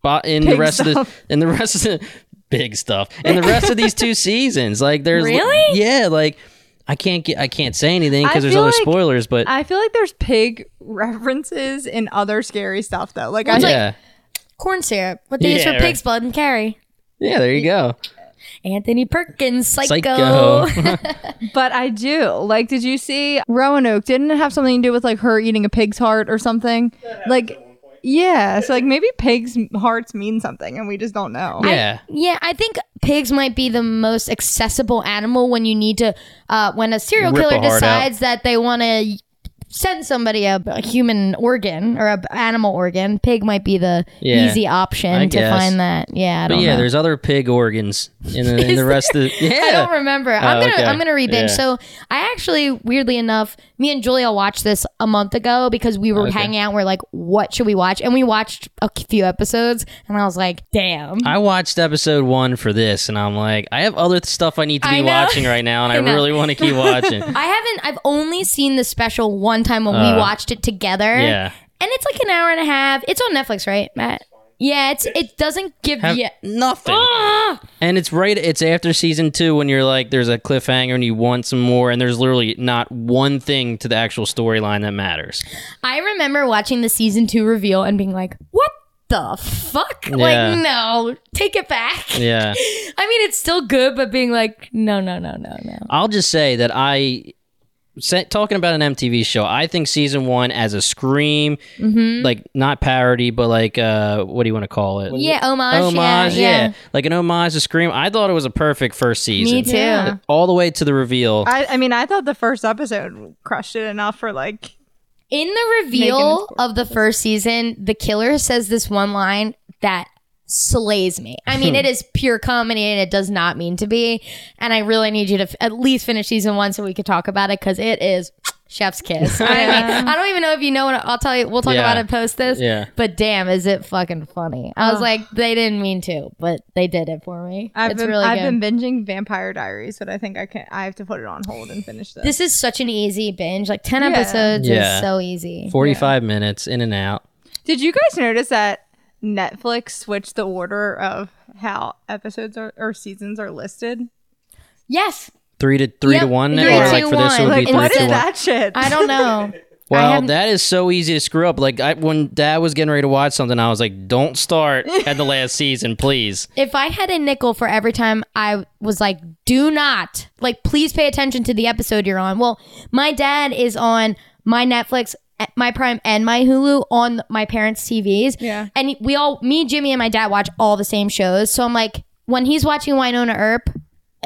[SPEAKER 2] but in the rest of the in the rest of the *laughs* big stuff in the rest of these two seasons like there's
[SPEAKER 1] Really?
[SPEAKER 2] yeah like i can't get i can't say anything
[SPEAKER 3] I
[SPEAKER 2] because there's
[SPEAKER 3] feel
[SPEAKER 2] other
[SPEAKER 3] like
[SPEAKER 2] spoilers but
[SPEAKER 3] I feel like there's pig references in other scary stuff though. Like I
[SPEAKER 2] yeah
[SPEAKER 1] Corn syrup. What they use
[SPEAKER 2] Yeah,
[SPEAKER 1] for
[SPEAKER 2] right.
[SPEAKER 1] pig's blood and carry.
[SPEAKER 2] yeah there you go
[SPEAKER 1] Anthony Perkins,
[SPEAKER 2] psycho
[SPEAKER 3] But I do. Like, did you see Roanoke? Didn't it have something to do with like her eating a pig's heart or something? Like, yeah. So like maybe pigs' hearts mean something, and we just don't know.
[SPEAKER 2] *laughs* yeah
[SPEAKER 1] Yeah, *laughs* I think pigs might be the most accessible animal when you need to, uh, when a serial
[SPEAKER 2] Rip a
[SPEAKER 1] killer
[SPEAKER 2] heart
[SPEAKER 1] decides that they want to send somebody a, a human organ or a b- animal organ. Pig might be the
[SPEAKER 2] Yeah,
[SPEAKER 1] easy option
[SPEAKER 2] I
[SPEAKER 1] to
[SPEAKER 2] guess.
[SPEAKER 1] find that. Yeah, I
[SPEAKER 2] but
[SPEAKER 1] don't
[SPEAKER 2] yeah
[SPEAKER 1] know.
[SPEAKER 2] there's other pig organs in
[SPEAKER 1] *laughs*
[SPEAKER 2] the, in the rest of yeah
[SPEAKER 1] I don't remember. I'm
[SPEAKER 2] Oh,
[SPEAKER 1] gonna
[SPEAKER 2] okay.
[SPEAKER 1] I'm gonna rebinge.
[SPEAKER 2] Yeah.
[SPEAKER 1] So I actually, weirdly enough, me and Julia watched this a month ago because we were hanging out. We're like, what should we watch? And we watched a few episodes, and I was like, damn.
[SPEAKER 2] I watched episode one for this, and I'm like, I have other stuff I need to
[SPEAKER 1] I
[SPEAKER 2] be
[SPEAKER 1] know.
[SPEAKER 2] watching right
[SPEAKER 1] *laughs*
[SPEAKER 2] now, and I,
[SPEAKER 1] know.
[SPEAKER 2] really want to keep watching.
[SPEAKER 1] I haven't. I've only seen the special one time when we watched it together.
[SPEAKER 2] Uh, yeah.
[SPEAKER 1] and it's like an hour and a half. It's on Netflix, right, Matt? Yeah, it's it doesn't give
[SPEAKER 2] Have
[SPEAKER 1] you.
[SPEAKER 2] nothing.
[SPEAKER 1] Ah!
[SPEAKER 2] And it's right. It's after season two when you're like, there's a cliffhanger and you want some more, and there's literally not one thing to the actual storyline that matters.
[SPEAKER 1] I remember watching the season two reveal and being like, "What the fuck?
[SPEAKER 2] Yeah.
[SPEAKER 1] Like, no, take it back."
[SPEAKER 2] Yeah.
[SPEAKER 1] *laughs* I mean, it's still good, but being like, "No, no, no, no, no."
[SPEAKER 2] I'll just say that I. sa- Talking about an MTV show, I think season one as a scream, like not parody, but like uh, what do you want to call it?
[SPEAKER 1] Mm-hmm. Yeah, homage.
[SPEAKER 2] homage,
[SPEAKER 1] yeah, yeah.
[SPEAKER 2] like an homage to Scream. I thought it was a perfect first season.
[SPEAKER 1] Me too.
[SPEAKER 2] All the way to the reveal.
[SPEAKER 3] I, I mean, I thought the first episode crushed it enough for like.
[SPEAKER 1] In the reveal of the first season, the killer says this one line that slays me. I mean, it
[SPEAKER 3] Hmm.
[SPEAKER 1] is pure comedy and it does not mean to be. And I really need you to f- at least finish season one so we could talk about it because it is chef's kiss. I,
[SPEAKER 3] *laughs*
[SPEAKER 1] mean, I don't even know if you know what I'll tell you. We'll talk
[SPEAKER 2] Yeah.
[SPEAKER 1] about it post this.
[SPEAKER 2] Yeah.
[SPEAKER 1] But damn, is it fucking funny. I was like, they didn't mean to, but they did it for me.
[SPEAKER 3] I've
[SPEAKER 1] it's
[SPEAKER 3] been
[SPEAKER 1] really
[SPEAKER 3] I've
[SPEAKER 1] good.
[SPEAKER 3] been binging Vampire Diaries, but I think I can I have to put it on hold and finish this.
[SPEAKER 1] this is such an easy binge. Like 10
[SPEAKER 3] Yeah.
[SPEAKER 1] episodes
[SPEAKER 2] Yeah.
[SPEAKER 1] is so easy.
[SPEAKER 2] 45 minutes in and out.
[SPEAKER 3] Did you guys notice that Netflix switched the order of how episodes are, or seasons are listed?
[SPEAKER 1] Yes.
[SPEAKER 2] Three to three to
[SPEAKER 1] Yep.
[SPEAKER 2] one
[SPEAKER 1] Three
[SPEAKER 2] now, or
[SPEAKER 1] to
[SPEAKER 2] like for this it
[SPEAKER 1] one.
[SPEAKER 2] would be
[SPEAKER 1] Like,
[SPEAKER 2] three
[SPEAKER 3] What
[SPEAKER 2] to
[SPEAKER 3] is
[SPEAKER 2] one.
[SPEAKER 3] that shit?
[SPEAKER 1] I don't
[SPEAKER 3] *laughs*
[SPEAKER 1] know.
[SPEAKER 2] Well,
[SPEAKER 1] haven't-
[SPEAKER 2] that is so easy to screw up. Like I, when Dad was getting ready to watch something, I was like, "Don't
[SPEAKER 1] *laughs*
[SPEAKER 2] start at the last season, please."
[SPEAKER 1] If I had a nickel for every time I was like, do not, like, please pay attention to the episode you're on. Well, my dad is on my Netflix, eh, my Prime, and my Hulu on my parents' TVs.
[SPEAKER 3] Yeah.
[SPEAKER 1] And we all, me, Jimmy, and my dad watch all the same shows. So I'm like, when he's watching Winona Earp,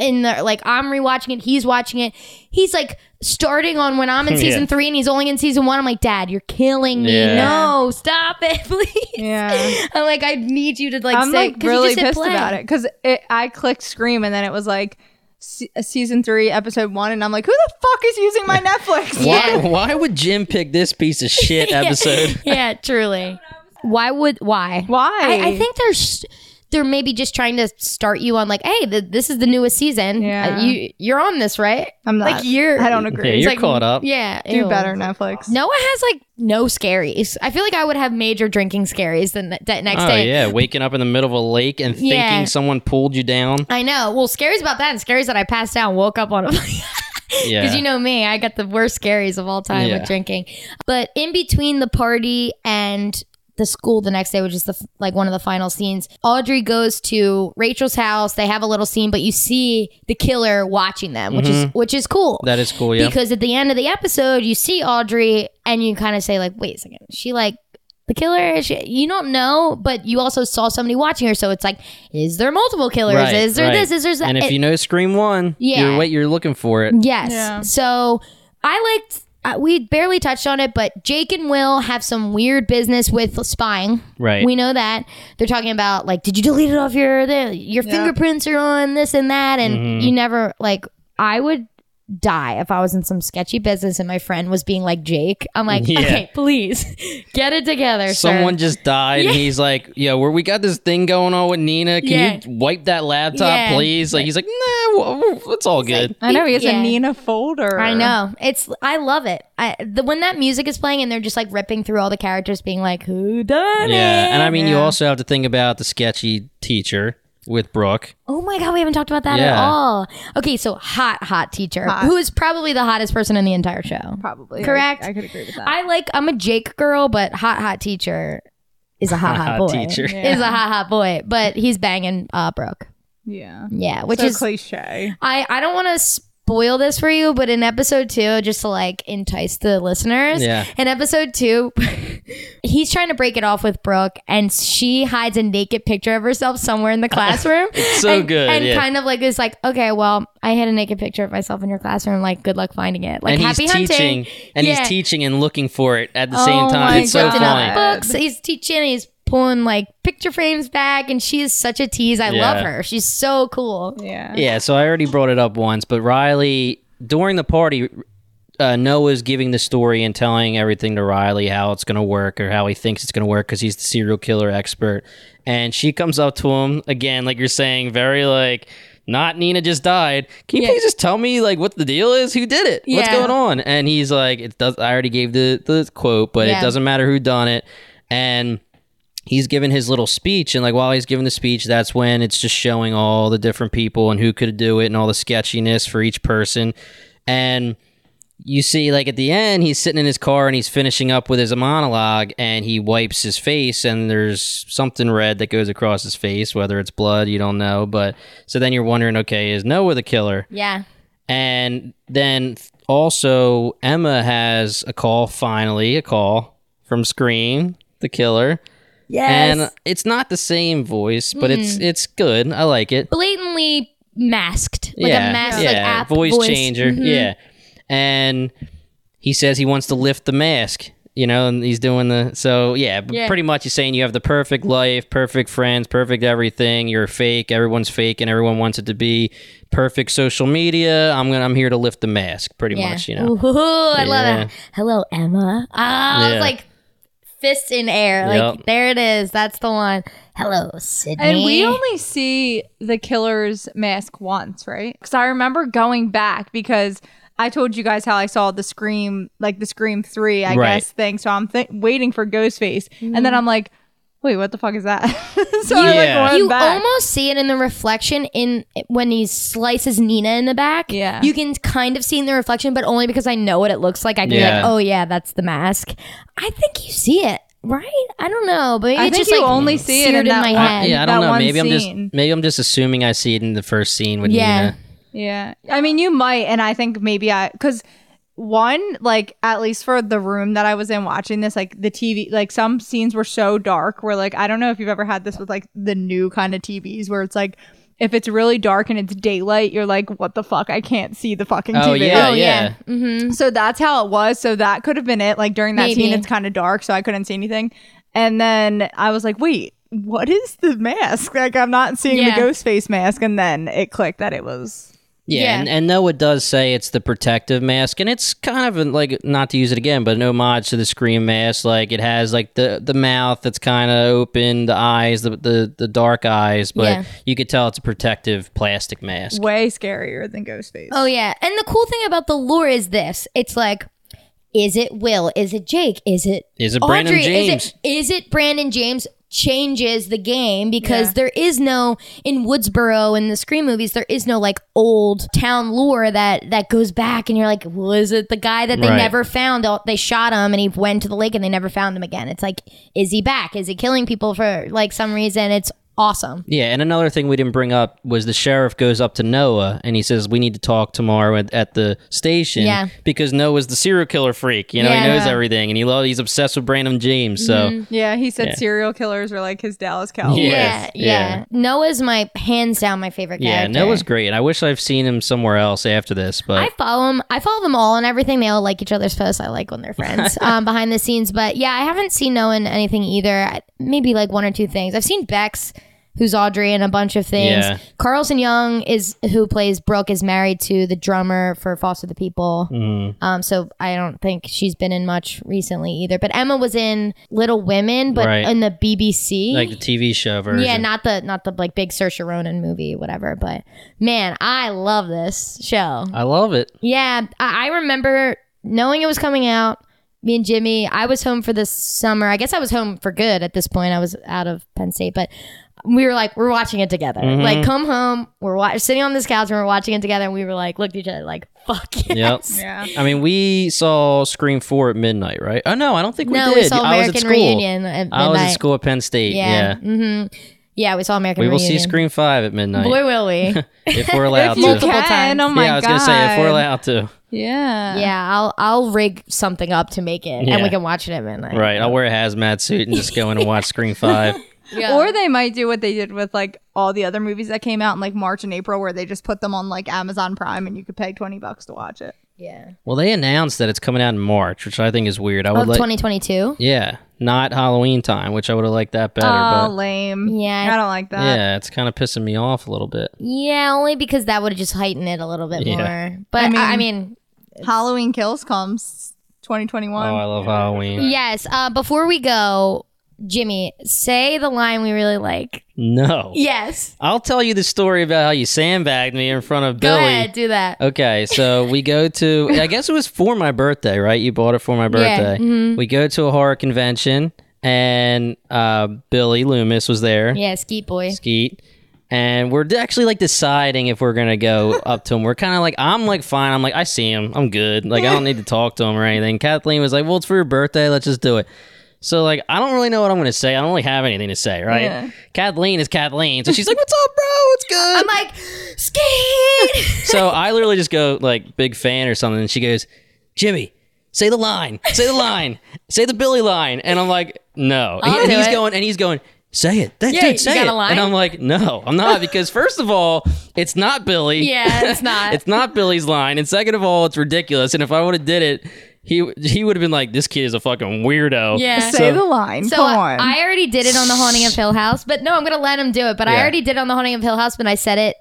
[SPEAKER 1] in the like I'm rewatching it, he's watching it. He's like starting on when I'm in season three and he's only in season one. I'm like, Dad, you're killing me.
[SPEAKER 2] Yeah.
[SPEAKER 1] No, stop it, *laughs* please.
[SPEAKER 3] Yeah.
[SPEAKER 1] *laughs* I'm like, I need you to like
[SPEAKER 3] I'm
[SPEAKER 1] say
[SPEAKER 3] like
[SPEAKER 1] 'cause you
[SPEAKER 3] really
[SPEAKER 1] just hit
[SPEAKER 3] pissed
[SPEAKER 1] play. *laughs*
[SPEAKER 3] about it because it, I clicked Scream and then it was like se- season three, episode one, and I'm like, who the fuck is using my Netflix?
[SPEAKER 2] Why, why would Jim pick this piece of shit episode?
[SPEAKER 1] *laughs* yeah, truly. Why would why?
[SPEAKER 3] Why?
[SPEAKER 1] I, I think there's they're maybe just trying to start you on like, hey, th this is the newest season.
[SPEAKER 3] Yeah.
[SPEAKER 1] Uh, you you're on this, right?
[SPEAKER 3] *laughs* I'm not.
[SPEAKER 1] Like you're.
[SPEAKER 3] I don't
[SPEAKER 2] Yeah,
[SPEAKER 3] agree.
[SPEAKER 2] you're
[SPEAKER 1] like,
[SPEAKER 2] caught up.
[SPEAKER 1] Yeah,
[SPEAKER 3] Do
[SPEAKER 1] ew.
[SPEAKER 3] better, Netflix.
[SPEAKER 1] Noah has like no scaries. I feel like I would have major drinking scaries the ne- that next
[SPEAKER 2] Oh
[SPEAKER 1] day.
[SPEAKER 2] yeah, waking up in the middle of a lake and thinking
[SPEAKER 1] Yeah.
[SPEAKER 2] someone pulled
[SPEAKER 1] *laughs*
[SPEAKER 2] you down.
[SPEAKER 1] I know. Well, scaries about that and scaries that I passed out and woke up on a *laughs*
[SPEAKER 2] Yeah,
[SPEAKER 1] Because you know me, I got the worst scaries of all time
[SPEAKER 2] Yeah.
[SPEAKER 1] with drinking. But in between the party and the school the next day, which is the f- like one of the final scenes, Audrey goes to Rachel's house. They have a little scene, but you see the killer watching them, which is which is cool.
[SPEAKER 2] Mm-hmm. that is cool. Yeah,
[SPEAKER 1] Because at the end of the episode, you see Audrey and you kind of say like, "Wait a second, is she like." The killer, Is she, you don't know, but you also saw somebody watching her, so it's like, is there multiple killers?
[SPEAKER 2] Right,
[SPEAKER 1] is there
[SPEAKER 2] right.
[SPEAKER 1] this? Is there that?
[SPEAKER 2] And if
[SPEAKER 1] It-
[SPEAKER 2] you know Scream One,
[SPEAKER 1] Yeah.
[SPEAKER 2] you're what you're looking for it.
[SPEAKER 1] Yes.
[SPEAKER 3] Yeah.
[SPEAKER 1] So I liked. Uh, we barely touched on it, but Jake and Will have some weird business with spying.
[SPEAKER 2] Right.
[SPEAKER 1] We know that they're talking about like, did you delete it off your the, your fingerprints are on this and that, and
[SPEAKER 2] Mm-hmm.
[SPEAKER 1] you never like. I would die if I was in some sketchy business and my friend was being like Jake. I'm like,
[SPEAKER 2] Yeah.
[SPEAKER 1] okay, please *laughs* get it together. sir."
[SPEAKER 2] Someone just died, and he's like, "Yo, where we got this thing going on with Nina? Can
[SPEAKER 1] Yeah.
[SPEAKER 2] you wipe that laptop,
[SPEAKER 1] Yeah.
[SPEAKER 2] please?" Like he's like, "Nah, well, it's all good."
[SPEAKER 3] I know he has
[SPEAKER 1] Yeah.
[SPEAKER 3] a Nina folder.
[SPEAKER 1] I know it's. I love it. I, the when that music is playing and they're just like ripping through all the characters, being like, "Who done
[SPEAKER 2] yeah,
[SPEAKER 1] it?"
[SPEAKER 2] and I mean, you
[SPEAKER 3] Yeah.
[SPEAKER 2] also have to think about the sketchy teacher with Brooke.
[SPEAKER 1] Oh my god, we haven't talked about that at
[SPEAKER 2] Yeah.
[SPEAKER 1] all. Okay, so hot, hot teacher, who is probably the hottest person in the entire show.
[SPEAKER 3] Probably
[SPEAKER 1] Correct.
[SPEAKER 3] I, I could agree with that.
[SPEAKER 1] I like. I'm a Jake girl, but hot, hot teacher is a hot, hot
[SPEAKER 2] *laughs* Hot
[SPEAKER 1] boy.
[SPEAKER 2] teacher.
[SPEAKER 1] is a hot, hot boy, but he's banging uh, Brooke.
[SPEAKER 3] yeah,
[SPEAKER 1] Yeah, which
[SPEAKER 3] so
[SPEAKER 1] is
[SPEAKER 3] cliche.
[SPEAKER 1] I. I don't want to spoil this for you, but in episode two, just to like entice the listeners,
[SPEAKER 2] Yeah.
[SPEAKER 1] In episode two. *laughs* He's trying to break it off with Brooke, and she hides a naked picture of herself somewhere
[SPEAKER 2] *laughs*
[SPEAKER 1] in the classroom.
[SPEAKER 2] So
[SPEAKER 1] and,
[SPEAKER 2] good,
[SPEAKER 1] and
[SPEAKER 2] yeah.
[SPEAKER 1] kind of like it's like okay well i had a naked picture of myself in your classroom like good luck finding it like
[SPEAKER 2] and
[SPEAKER 1] happy
[SPEAKER 2] he's
[SPEAKER 1] hunting
[SPEAKER 2] teaching, and
[SPEAKER 1] Yeah.
[SPEAKER 2] he's teaching and looking for it at the
[SPEAKER 3] Oh
[SPEAKER 2] same
[SPEAKER 3] my
[SPEAKER 2] time. It's so
[SPEAKER 3] God.
[SPEAKER 1] lifting up
[SPEAKER 2] funny.
[SPEAKER 1] books he's teaching he's pulling like picture frames back and she is such a tease i
[SPEAKER 2] Yeah.
[SPEAKER 1] love her she's so cool
[SPEAKER 3] Yeah,
[SPEAKER 2] Yeah, so I already brought it up once, but Riley during the party, uh, Noah's giving the story and telling everything to Riley how it's going to work or how he thinks it's going to work because he's the serial killer expert. And she comes up to him again, like you're saying, very like. Not Nina just died. Can you please just tell me like what the deal is? Who did it? What's
[SPEAKER 1] Yeah.
[SPEAKER 2] going on? And he's like, it does. I already gave the the quote, but
[SPEAKER 1] Yeah.
[SPEAKER 2] it doesn't matter who done it. And he's giving his little speech and like while he's giving the speech that's when it's just showing all the different people and who could do it and all the sketchiness for each person and you see like at the end he's sitting in his car and he's finishing up with his monologue and he wipes his face and there's something red that goes across his face whether it's blood you don't know but so then you're wondering okay is noah the killer
[SPEAKER 1] yeah
[SPEAKER 2] and then also, Emma has a call, finally, a call from Scream, the killer.
[SPEAKER 1] Yes.
[SPEAKER 2] And it's not the same voice, but it's it's good. I like it.
[SPEAKER 1] blatantly masked like
[SPEAKER 2] yeah.
[SPEAKER 1] a mask
[SPEAKER 2] yeah.
[SPEAKER 1] like app *laughs* Mm-hmm.
[SPEAKER 2] voice, changer. Yeah. And he says he wants to lift the mask. you know, and he's doing the so yeah, but
[SPEAKER 1] Yeah.
[SPEAKER 2] pretty much he's saying you have the perfect life, perfect friends, perfect everything. You're fake, everyone's fake, and everyone wants it to be perfect. Social media. I'm gonna I'm here to lift the mask, pretty
[SPEAKER 1] Yeah.
[SPEAKER 2] much. You know,
[SPEAKER 1] Ooh, I love
[SPEAKER 2] Yeah.
[SPEAKER 1] it. Hello, Emma. Ah, it's
[SPEAKER 2] Yeah.
[SPEAKER 1] like fists in air. Like
[SPEAKER 2] Yep.
[SPEAKER 1] there it is. That's the one. Hello, Sydney.
[SPEAKER 3] And we only see the killer's mask once, right? Because I remember going back because I told you guys how I saw the Scream, like the Scream 3, I
[SPEAKER 2] Right. Mm-hmm.
[SPEAKER 3] guess, thing. So I'm th- waiting for Ghostface. And then I'm like, wait, what the fuck is that? *laughs* so I
[SPEAKER 2] Yeah.
[SPEAKER 3] like went
[SPEAKER 1] you
[SPEAKER 3] back.
[SPEAKER 1] almost see it in the reflection in when he slices Nina in the back.
[SPEAKER 3] Yeah.
[SPEAKER 1] you can kind of see in the reflection, but only because I know what it looks like. I can be
[SPEAKER 2] Yeah.
[SPEAKER 1] like, oh yeah, that's the mask. I think you see it, right? I don't know, but
[SPEAKER 3] I
[SPEAKER 1] it's
[SPEAKER 3] think
[SPEAKER 1] just
[SPEAKER 3] you
[SPEAKER 1] like
[SPEAKER 3] only see it
[SPEAKER 1] seared
[SPEAKER 3] in
[SPEAKER 1] in
[SPEAKER 3] that-
[SPEAKER 1] my
[SPEAKER 3] I-
[SPEAKER 1] head.
[SPEAKER 2] yeah, I
[SPEAKER 3] that
[SPEAKER 2] don't know.
[SPEAKER 3] one
[SPEAKER 2] Maybe I'm just
[SPEAKER 3] scene.
[SPEAKER 2] maybe I'm just assuming I see it in the first scene with
[SPEAKER 1] Yeah.
[SPEAKER 2] Nina.
[SPEAKER 3] Yeah. I mean, you might. And I think maybe I, because one, like, at least for the room that I was in watching this, like, the TV, like, some scenes were so dark where, like, I don't know if you've ever had this with, like, the new kind of TVs where it's like, if it's really dark and it's daylight, you're like, what the fuck? I can't see the fucking
[SPEAKER 2] Oh
[SPEAKER 3] TV.
[SPEAKER 2] yeah,
[SPEAKER 1] Oh, yeah.
[SPEAKER 2] yeah.
[SPEAKER 3] So that's how it was. So that could have been it. Like during that
[SPEAKER 1] Maybe.
[SPEAKER 3] scene, it's kind of dark, so I couldn't see anything. And then I was like, wait, what is the mask? Like I'm not seeing
[SPEAKER 1] Yeah.
[SPEAKER 3] the ghost face mask. And then it clicked that it was.
[SPEAKER 2] Yeah,
[SPEAKER 1] Yeah.
[SPEAKER 2] And, and Noah does say it's the protective mask, and it's kind of an- like not to use it again, but an homage to the Scream mask. Like it has like the the mouth that's kind of open, the eyes, the, the the dark eyes, but
[SPEAKER 1] Yeah.
[SPEAKER 2] you could tell it's a protective plastic mask.
[SPEAKER 3] Way scarier than ghost face.
[SPEAKER 1] Oh yeah. And the cool thing about the lore is this. It's like is it Will? Is it Jake? Is it
[SPEAKER 2] Is it
[SPEAKER 1] Audrey?
[SPEAKER 2] Brandon James?
[SPEAKER 1] Is it is it Brandon James changes the game because there is no in Woodsboro in the Scream movies there is no like old town lore that that goes back and you're like well is it the guy that they
[SPEAKER 2] Right.
[SPEAKER 1] never found Oh, they shot him and he went to the lake and they never found him again it's like is he back is he killing people for like some reason it's awesome
[SPEAKER 2] Yeah, and another thing we didn't bring up was the sheriff goes up to Noah and he says, "We need to talk tomorrow at, at the station."
[SPEAKER 1] Yeah.
[SPEAKER 2] because Noah's the serial killer freak. You know,
[SPEAKER 1] Yeah. Mm-hmm.
[SPEAKER 2] he knows everything, and he lo- he's obsessed with Brandon James. So
[SPEAKER 3] Yeah, he said
[SPEAKER 2] Yeah.
[SPEAKER 3] serial killers were like his Dallas Cowboys. *laughs*
[SPEAKER 2] Yes.
[SPEAKER 1] yeah yeah Noah's my hands down my favorite
[SPEAKER 2] yeah,
[SPEAKER 1] character
[SPEAKER 2] Noah's great. I wish I've seen him somewhere else after this, but
[SPEAKER 1] I follow them. I follow them all and everything. They all like each other's posts. I like when they're
[SPEAKER 2] *laughs*
[SPEAKER 1] friends um, behind the scenes. But yeah, I haven't seen Noah in anything either. I- Maybe like one or two things. I've seen Bex, who's Audrey, and a bunch of things.
[SPEAKER 2] Yeah.
[SPEAKER 1] Carlson Young is who plays Brooke is married to the drummer for Foster the People.
[SPEAKER 2] Mm-hmm.
[SPEAKER 1] Um, so I don't think she's been in much recently either. But Emma was in Little Women, but
[SPEAKER 2] Right.
[SPEAKER 1] in the BBC.
[SPEAKER 2] like the TV show version.
[SPEAKER 1] Yeah, not the not the like big Saoirse Ronan movie, whatever. But man, I love this show.
[SPEAKER 2] I love it.
[SPEAKER 1] Yeah, I, I remember knowing it was coming out. Me and Jimmy, I was home for this summer. I guess I was home for good at this point. I was out of Penn State, but we were like, we're watching it together.
[SPEAKER 2] Mm-hmm.
[SPEAKER 1] Like, come home, we're wa- sitting on this couch and we're watching it together. And we were like, looked at each other like, fuck *laughs*
[SPEAKER 2] Yep.
[SPEAKER 1] yes.
[SPEAKER 3] Yeah.
[SPEAKER 2] I mean, we saw Scream Four at midnight, right? Oh no, I don't think
[SPEAKER 1] No,
[SPEAKER 2] we
[SPEAKER 1] we
[SPEAKER 2] did.
[SPEAKER 1] saw
[SPEAKER 2] I was at
[SPEAKER 1] American
[SPEAKER 2] school.
[SPEAKER 1] Reunion at midnight.
[SPEAKER 2] I was at school at Penn State. Yeah,
[SPEAKER 1] Yeah. hmm Yeah, we saw American
[SPEAKER 2] we will
[SPEAKER 1] Reunion.
[SPEAKER 2] see Scream Five at midnight
[SPEAKER 1] Boy, will we.
[SPEAKER 2] *laughs* if we're allowed
[SPEAKER 3] If you
[SPEAKER 2] to.
[SPEAKER 1] Multiple
[SPEAKER 3] can,
[SPEAKER 1] times.
[SPEAKER 3] oh my
[SPEAKER 2] yeah, I was
[SPEAKER 3] god.
[SPEAKER 2] gonna say if we're allowed to.
[SPEAKER 1] *laughs*
[SPEAKER 3] yeah.
[SPEAKER 1] yeah, I'll I'll rig something up to make it, and
[SPEAKER 2] Yeah.
[SPEAKER 1] we can watch it at midnight.
[SPEAKER 2] Right, I'll wear a hazmat suit and just go in and
[SPEAKER 1] *laughs*
[SPEAKER 2] watch Scream Five.
[SPEAKER 1] Yeah.
[SPEAKER 3] Or they might do what they did with like all the other movies that came out in like March and April, where they just put them on like Amazon Prime and you could pay twenty bucks to watch it.
[SPEAKER 1] yeah.
[SPEAKER 2] Well, they announced that it's coming out in March, which I think is weird. I would
[SPEAKER 1] Of
[SPEAKER 2] like,
[SPEAKER 1] 2022.
[SPEAKER 2] yeah, not Halloween time, which I would have liked that better.
[SPEAKER 3] Oh,
[SPEAKER 2] but
[SPEAKER 3] lame.
[SPEAKER 1] Yeah.
[SPEAKER 3] I don't like that.
[SPEAKER 2] yeah, it's kind of pissing me off a little bit.
[SPEAKER 1] Yeah, only because that would have just heightened it a little bit
[SPEAKER 2] Yeah.
[SPEAKER 1] more. But I mean,
[SPEAKER 3] mean-
[SPEAKER 1] I mean
[SPEAKER 3] Halloween Kills comes 2021.
[SPEAKER 2] Oh, I love Halloween.
[SPEAKER 1] yes. Uh, before we go, Jimmy, say the line we really like.
[SPEAKER 2] No.
[SPEAKER 1] Yes.
[SPEAKER 2] I'll tell you the story about how you sandbagged me in front of
[SPEAKER 1] Go
[SPEAKER 2] Billy. Uh,
[SPEAKER 1] ahead, do that.
[SPEAKER 2] Okay, so we go to I guess it was for my birthday, right? You bought it for my birthday.
[SPEAKER 1] mm-hmm.
[SPEAKER 2] We go to a horror convention and uh, Billy Loomis was there.
[SPEAKER 1] Yeah, Skeet Boy.
[SPEAKER 2] Skeet. And we're actually like deciding if we're
[SPEAKER 1] *laughs*
[SPEAKER 2] gonna go up to him. We're kind of like, I'm like fine. I'm like, I see him. I'm good. Like, I
[SPEAKER 1] *laughs*
[SPEAKER 2] don't need to talk to him or anything. Kathleen was like, well, it's for your birthday. Let's just do it. So like, I don't really know what I'm gonna say. I don't really have anything to say, right? Kathleen is Kathleen, so she's like, what's up, bro? What's good?
[SPEAKER 1] I'm like, Skeet
[SPEAKER 2] *laughs* so I literally just go like big fan or something, and she goes, Jimmy, say the line, say the line, say the Billy line, and I'm like, no, And he-
[SPEAKER 1] I'll
[SPEAKER 2] and
[SPEAKER 1] do
[SPEAKER 2] he's
[SPEAKER 1] it.
[SPEAKER 2] going and he's going. Say it, That-
[SPEAKER 1] Yeah, you
[SPEAKER 2] dude. Say
[SPEAKER 1] got a
[SPEAKER 2] it,
[SPEAKER 1] line?
[SPEAKER 2] and I'm like, no, I'm
[SPEAKER 1] *laughs*
[SPEAKER 2] not because first of all, it's not Billy.
[SPEAKER 1] Yeah, it's not.
[SPEAKER 2] it's not Billy's line, and second of all, it's ridiculous. And if I would have did it, he he would have been like, "This kid is a fucking weirdo."
[SPEAKER 1] *laughs* Yeah.
[SPEAKER 3] Say the line.
[SPEAKER 1] So
[SPEAKER 3] Come
[SPEAKER 1] I-
[SPEAKER 3] on.
[SPEAKER 1] I already did it on the Haunting of Hill House, but no, I'm gonna let him do it. But I
[SPEAKER 2] Yeah.
[SPEAKER 1] already did it on the Haunting of Hill House, but I said it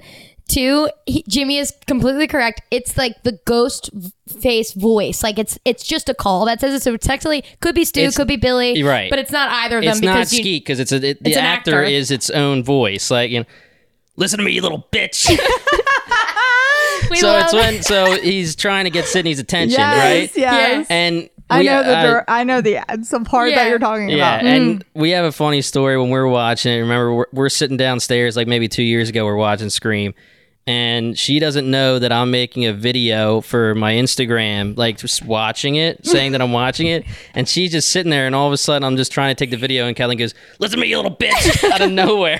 [SPEAKER 1] too. He, Jimmy is completely correct. It's like the ghost v- face voice. Like it's it's just a call that says it. So it's technically could be Stu,
[SPEAKER 2] It's-
[SPEAKER 1] could be Billy,
[SPEAKER 2] right.
[SPEAKER 1] But it's not either of them
[SPEAKER 2] It's not
[SPEAKER 1] because you,
[SPEAKER 2] Skeet because it's a, it, the
[SPEAKER 1] It's an
[SPEAKER 2] actor,
[SPEAKER 1] actor.
[SPEAKER 2] is its own voice. Like, you know, listen to me, you little
[SPEAKER 1] *laughs*
[SPEAKER 2] bitch.
[SPEAKER 1] we
[SPEAKER 2] so
[SPEAKER 1] love
[SPEAKER 2] it's when so he's trying to get Sydney's attention,
[SPEAKER 3] yes,
[SPEAKER 2] right?
[SPEAKER 3] yes.
[SPEAKER 2] And
[SPEAKER 3] I
[SPEAKER 2] we-
[SPEAKER 3] know the
[SPEAKER 2] uh,
[SPEAKER 3] dir- I know the some part
[SPEAKER 1] Yeah.
[SPEAKER 3] that you're talking
[SPEAKER 2] Yeah,
[SPEAKER 3] about.
[SPEAKER 2] and we have a funny story when we were watching it. Remember, we're, we're sitting downstairs like maybe two years ago. We're watching Scream, and she doesn't know that I'm making a video for my Instagram, like just watching
[SPEAKER 3] *laughs*
[SPEAKER 2] it, saying that I'm watching it, and she's just sitting there. And all of a sudden, I'm just trying to take the video, and Kellen goes, "Listen to me, you little bitch!" *laughs* out of nowhere,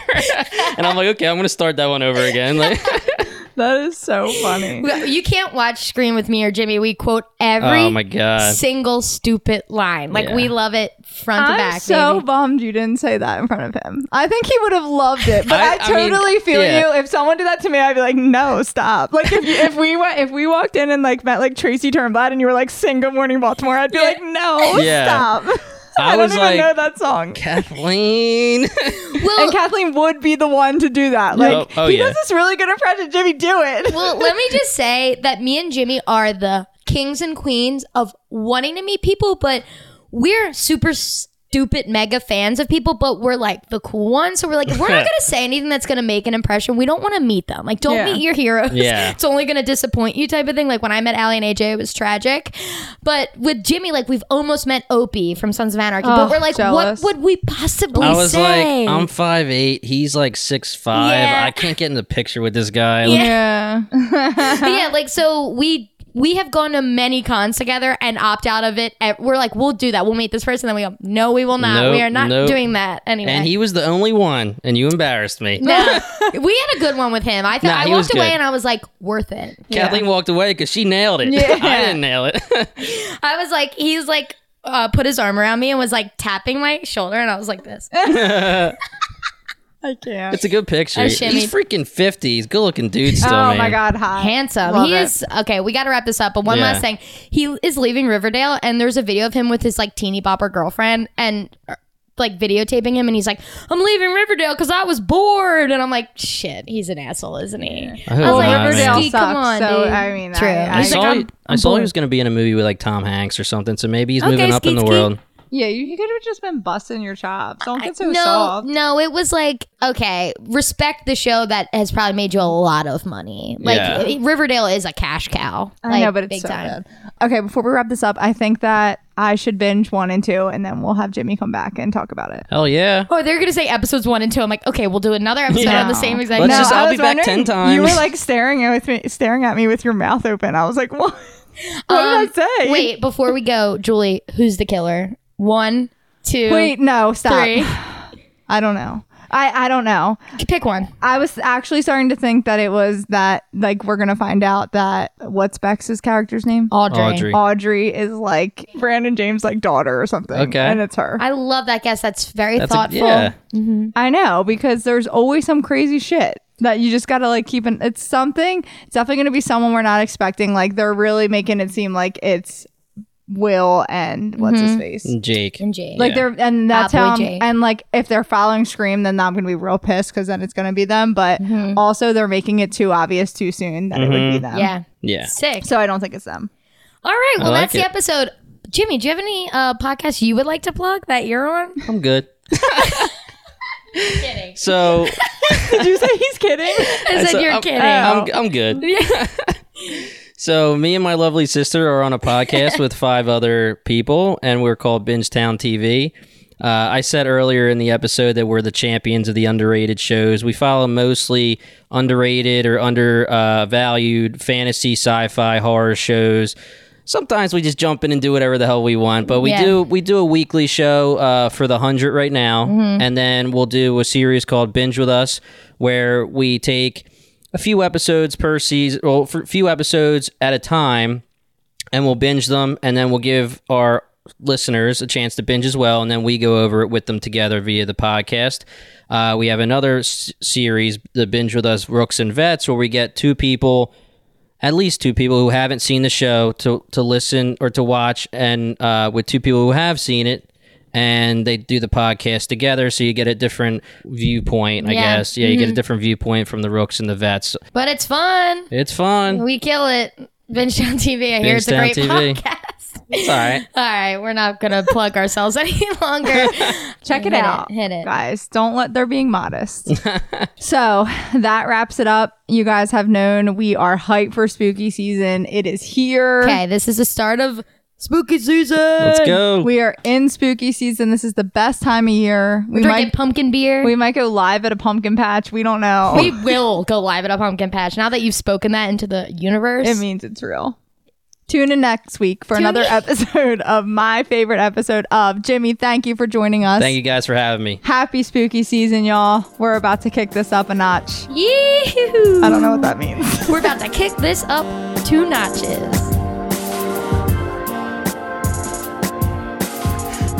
[SPEAKER 2] and I'm like, "Okay, I'm gonna start that one over again." Like,
[SPEAKER 3] That is so funny.
[SPEAKER 1] You can't watch Scream with me or Jimmy. We quote every
[SPEAKER 2] oh my god,
[SPEAKER 1] single stupid line. Like
[SPEAKER 2] Yeah.
[SPEAKER 1] we love it front to
[SPEAKER 3] I'm
[SPEAKER 1] back.
[SPEAKER 3] so
[SPEAKER 1] baby.
[SPEAKER 3] bummed you didn't say that in front of him. I think he would have loved it, but
[SPEAKER 2] I-
[SPEAKER 3] I,
[SPEAKER 2] I mean,
[SPEAKER 3] totally feel
[SPEAKER 2] yeah.
[SPEAKER 3] you. If someone did that to me, I'd be like, "No, stop!" Like if, if we went, if we walked in and like met like Tracy Turnblad, and you were like, "Sing Good Morning Baltimore," I'd be like,
[SPEAKER 2] *laughs*
[SPEAKER 3] "No,
[SPEAKER 2] Yeah.
[SPEAKER 3] stop!"
[SPEAKER 2] I
[SPEAKER 3] *laughs* I, don't
[SPEAKER 2] was
[SPEAKER 3] even
[SPEAKER 2] like,
[SPEAKER 3] know that song.
[SPEAKER 2] Kathleen.
[SPEAKER 1] Well,
[SPEAKER 3] And Kathleen would be the one to do that. Like
[SPEAKER 2] Oh, oh,
[SPEAKER 3] he
[SPEAKER 2] yeah.
[SPEAKER 3] does this really good impression. Jimmy, do it.
[SPEAKER 1] well, let me just say that me and Jimmy are the kings and queens of wanting to meet people, but we're super stupid mega fans of people, but we're like the cool ones. So we're like, if
[SPEAKER 2] *laughs*
[SPEAKER 1] we're not going to say anything that's going to make an impression, we don't want to meet them. Like, don't
[SPEAKER 3] Yeah.
[SPEAKER 1] meet your heroes. *laughs*
[SPEAKER 2] Yeah.
[SPEAKER 1] it's only going to disappoint you type of thing. Like when I met Allie and AJ, it was tragic. But with Jimmy, like we've almost met Opie from Sons of Anarchy,
[SPEAKER 3] Oh,
[SPEAKER 1] but we're like,
[SPEAKER 3] jealous.
[SPEAKER 1] what would we possibly
[SPEAKER 2] I was
[SPEAKER 1] say?
[SPEAKER 2] like, I'm five eight. He's like six five.
[SPEAKER 1] Yeah.
[SPEAKER 2] I can't get in the picture with this guy.
[SPEAKER 1] Yeah.
[SPEAKER 3] Yeah.
[SPEAKER 1] But yeah, like so we we have gone to many cons together and opt out of it. And We're like, we'll do that. We'll meet this person. Then we go, no, we will not. we
[SPEAKER 2] Nope,
[SPEAKER 1] are not
[SPEAKER 2] nope.
[SPEAKER 1] doing that anyway.
[SPEAKER 2] And he was the only one, and you embarrassed me.
[SPEAKER 1] *laughs*
[SPEAKER 2] *laughs*
[SPEAKER 1] no, we had a good one with him. I thought
[SPEAKER 2] Nah,
[SPEAKER 1] I
[SPEAKER 2] he was
[SPEAKER 1] walked away
[SPEAKER 2] good.
[SPEAKER 1] and I was like, worth it.
[SPEAKER 2] Kathleen walked away because she nailed it.
[SPEAKER 3] Yeah.
[SPEAKER 2] *laughs* I didn't nail it.
[SPEAKER 1] I was like, he's like, uh, put his arm around me and was like tapping my shoulder, and I was like this.
[SPEAKER 3] I can't.
[SPEAKER 2] it's a good picture.
[SPEAKER 1] I
[SPEAKER 2] He's
[SPEAKER 1] shimmied.
[SPEAKER 2] freaking 50. He's good looking dude still,
[SPEAKER 3] *laughs* oh
[SPEAKER 2] man.
[SPEAKER 3] my god, hi.
[SPEAKER 1] handsome.
[SPEAKER 3] Love
[SPEAKER 1] he
[SPEAKER 3] it.
[SPEAKER 1] is okay. We got to wrap this up, but one
[SPEAKER 2] Yeah.
[SPEAKER 1] last thing. He is leaving Riverdale, and there's a video of him with his like teeny bopper girlfriend, and uh, like videotaping him, and he's like, "I'm leaving Riverdale because I was bored," and I'm like, "shit, he's an asshole, isn't he?"
[SPEAKER 2] I
[SPEAKER 1] was
[SPEAKER 2] hope
[SPEAKER 1] like,
[SPEAKER 2] not, man.
[SPEAKER 1] Riverdale
[SPEAKER 2] I,
[SPEAKER 1] Ski, come on,
[SPEAKER 3] so
[SPEAKER 1] dude.
[SPEAKER 3] I mean,
[SPEAKER 1] True.
[SPEAKER 3] I,
[SPEAKER 1] He's
[SPEAKER 3] I-
[SPEAKER 1] like,
[SPEAKER 2] saw,
[SPEAKER 1] I'm-
[SPEAKER 2] he, I saw he was going to be in a movie with like Tom Hanks or something, so maybe he's
[SPEAKER 1] Okay,
[SPEAKER 2] moving up in
[SPEAKER 1] skeet,
[SPEAKER 2] the
[SPEAKER 1] skeet.
[SPEAKER 2] world.
[SPEAKER 3] yeah, you could have just been busting your chops. Don't get so
[SPEAKER 1] no,
[SPEAKER 3] soft.
[SPEAKER 1] no, it was like okay, respect the show that has probably made you a lot of money. Like
[SPEAKER 2] Yeah.
[SPEAKER 1] it- Riverdale is a cash cow.
[SPEAKER 3] I
[SPEAKER 1] like,
[SPEAKER 3] know, but it's so good. Okay, before we wrap this up, I think that I should binge one and two, and then we'll have Jimmy come back and talk about it.
[SPEAKER 2] Hell yeah.
[SPEAKER 1] Oh, they're gonna say episodes one and two. I'm like, okay, we'll do another episode
[SPEAKER 2] Yeah.
[SPEAKER 1] on the same exact.
[SPEAKER 2] Let's
[SPEAKER 1] show.
[SPEAKER 2] just- I'll
[SPEAKER 3] I
[SPEAKER 2] be
[SPEAKER 3] was
[SPEAKER 2] back 10
[SPEAKER 3] wondering- You were
[SPEAKER 2] times.
[SPEAKER 3] like staring at with me, staring at me with your mouth open. I was like, what? *laughs* What did I say?
[SPEAKER 1] Um, Wait, before we go, Julie, who's the killer? One, two,
[SPEAKER 3] wait, no, stop.
[SPEAKER 1] three.
[SPEAKER 3] I don't know. I I don't know.
[SPEAKER 1] Pick one.
[SPEAKER 3] I was actually starting to think that it was that like we're gonna find out that what's Bex's character's name?
[SPEAKER 1] Audrey.
[SPEAKER 2] Audrey.
[SPEAKER 3] Audrey is like Brandon James' like daughter or something.
[SPEAKER 2] Okay.
[SPEAKER 3] and it's her.
[SPEAKER 1] I love that guess. That's very
[SPEAKER 2] That's a,
[SPEAKER 1] thoughtful.
[SPEAKER 2] yeah.
[SPEAKER 3] I know because there's always some crazy shit that you just gotta like keep an. It's something. It's definitely gonna be someone we're not expecting. Like they're really making it seem like it's Will and what's his face.
[SPEAKER 2] Mm-hmm. Jake.
[SPEAKER 1] And Jay.
[SPEAKER 3] Like they're and that's
[SPEAKER 1] Bad boy
[SPEAKER 3] how I'm-
[SPEAKER 1] Jay.
[SPEAKER 3] and like if they're following Scream, then I'm gonna be real pissed because then it's gonna be them. But also they're making it too obvious too soon that it would be them.
[SPEAKER 1] yeah.
[SPEAKER 2] Yeah.
[SPEAKER 1] Sick.
[SPEAKER 3] So I don't think it's them.
[SPEAKER 1] All right. Well,
[SPEAKER 2] like
[SPEAKER 1] that's the
[SPEAKER 2] it.
[SPEAKER 1] episode. Jimmy, do you have any uh, podcasts you would like to plug that you're on? *laughs*
[SPEAKER 2] I'm good. So,
[SPEAKER 3] Did you say he's kidding?
[SPEAKER 1] I said
[SPEAKER 2] so
[SPEAKER 1] you're
[SPEAKER 2] I'm,
[SPEAKER 1] kidding.
[SPEAKER 3] Oh.
[SPEAKER 2] I'm,
[SPEAKER 1] *laughs*
[SPEAKER 2] I'm good. So me and my lovely sister are on a podcast with five other people, and we're called Bingetown TV. Uh, I said earlier in the episode that we're the champions of the underrated shows. We follow mostly underrated or undervalued fantasy, sci-fi, horror shows. Sometimes we just jump in and do whatever the hell we want, but we
[SPEAKER 1] Yeah.
[SPEAKER 2] do we do a weekly show uh, for the hundred right now,
[SPEAKER 1] Mm-hmm.
[SPEAKER 2] and then we'll do a series called Binge with Us, where we take a few episodes per season, well, for a few episodes at a time, and we'll binge them, and then we'll give our listeners a chance to binge as well, and then we go over it with them together via the podcast. Uh, we have another s- series, the Binge with Us Rooks and Vets, where we get two people at least two people who haven't seen the show to to listen or to watch, and uh, with two people who have seen it, and they do the podcast together, so you get a different viewpoint. I
[SPEAKER 1] Yeah.
[SPEAKER 2] guess yeah, you get a different viewpoint from the rooks and the vets.
[SPEAKER 1] But it's fun.
[SPEAKER 2] It's fun.
[SPEAKER 1] We kill it. Benchtown TV. I hear it's a great
[SPEAKER 2] Benchtown TV.
[SPEAKER 1] podcast. *laughs*
[SPEAKER 2] It's all right.
[SPEAKER 1] All right, we're not gonna plug ourselves *laughs* any
[SPEAKER 2] *laughs*
[SPEAKER 1] longer.
[SPEAKER 3] Check it
[SPEAKER 1] Hit it,
[SPEAKER 3] out.
[SPEAKER 1] hit it.
[SPEAKER 3] Guys, don't let their being
[SPEAKER 2] *laughs*
[SPEAKER 3] modest. so that wraps it up. You guys have known we are hyped for spooky season. It is here.
[SPEAKER 1] okay, this is the start of spooky season. *laughs*
[SPEAKER 2] Let's go.
[SPEAKER 3] We are in spooky season. This is the best time of year. We
[SPEAKER 1] Drinking
[SPEAKER 3] might
[SPEAKER 1] pumpkin beer.
[SPEAKER 3] we might go live at a pumpkin patch. We don't know.
[SPEAKER 1] we will go live at a pumpkin patch. Now that you've spoken that into the universe,
[SPEAKER 3] it means it's real. Tune in next week for another
[SPEAKER 1] in.
[SPEAKER 3] episode of my favorite episode of Jimmy. Thank you for joining us.
[SPEAKER 2] Thank you guys for having me.
[SPEAKER 3] Happy spooky season, y'all. We're about to kick this up a notch.
[SPEAKER 1] Yee-hoo.
[SPEAKER 3] I don't know what that means. *laughs*
[SPEAKER 1] We're about to kick this up two notches.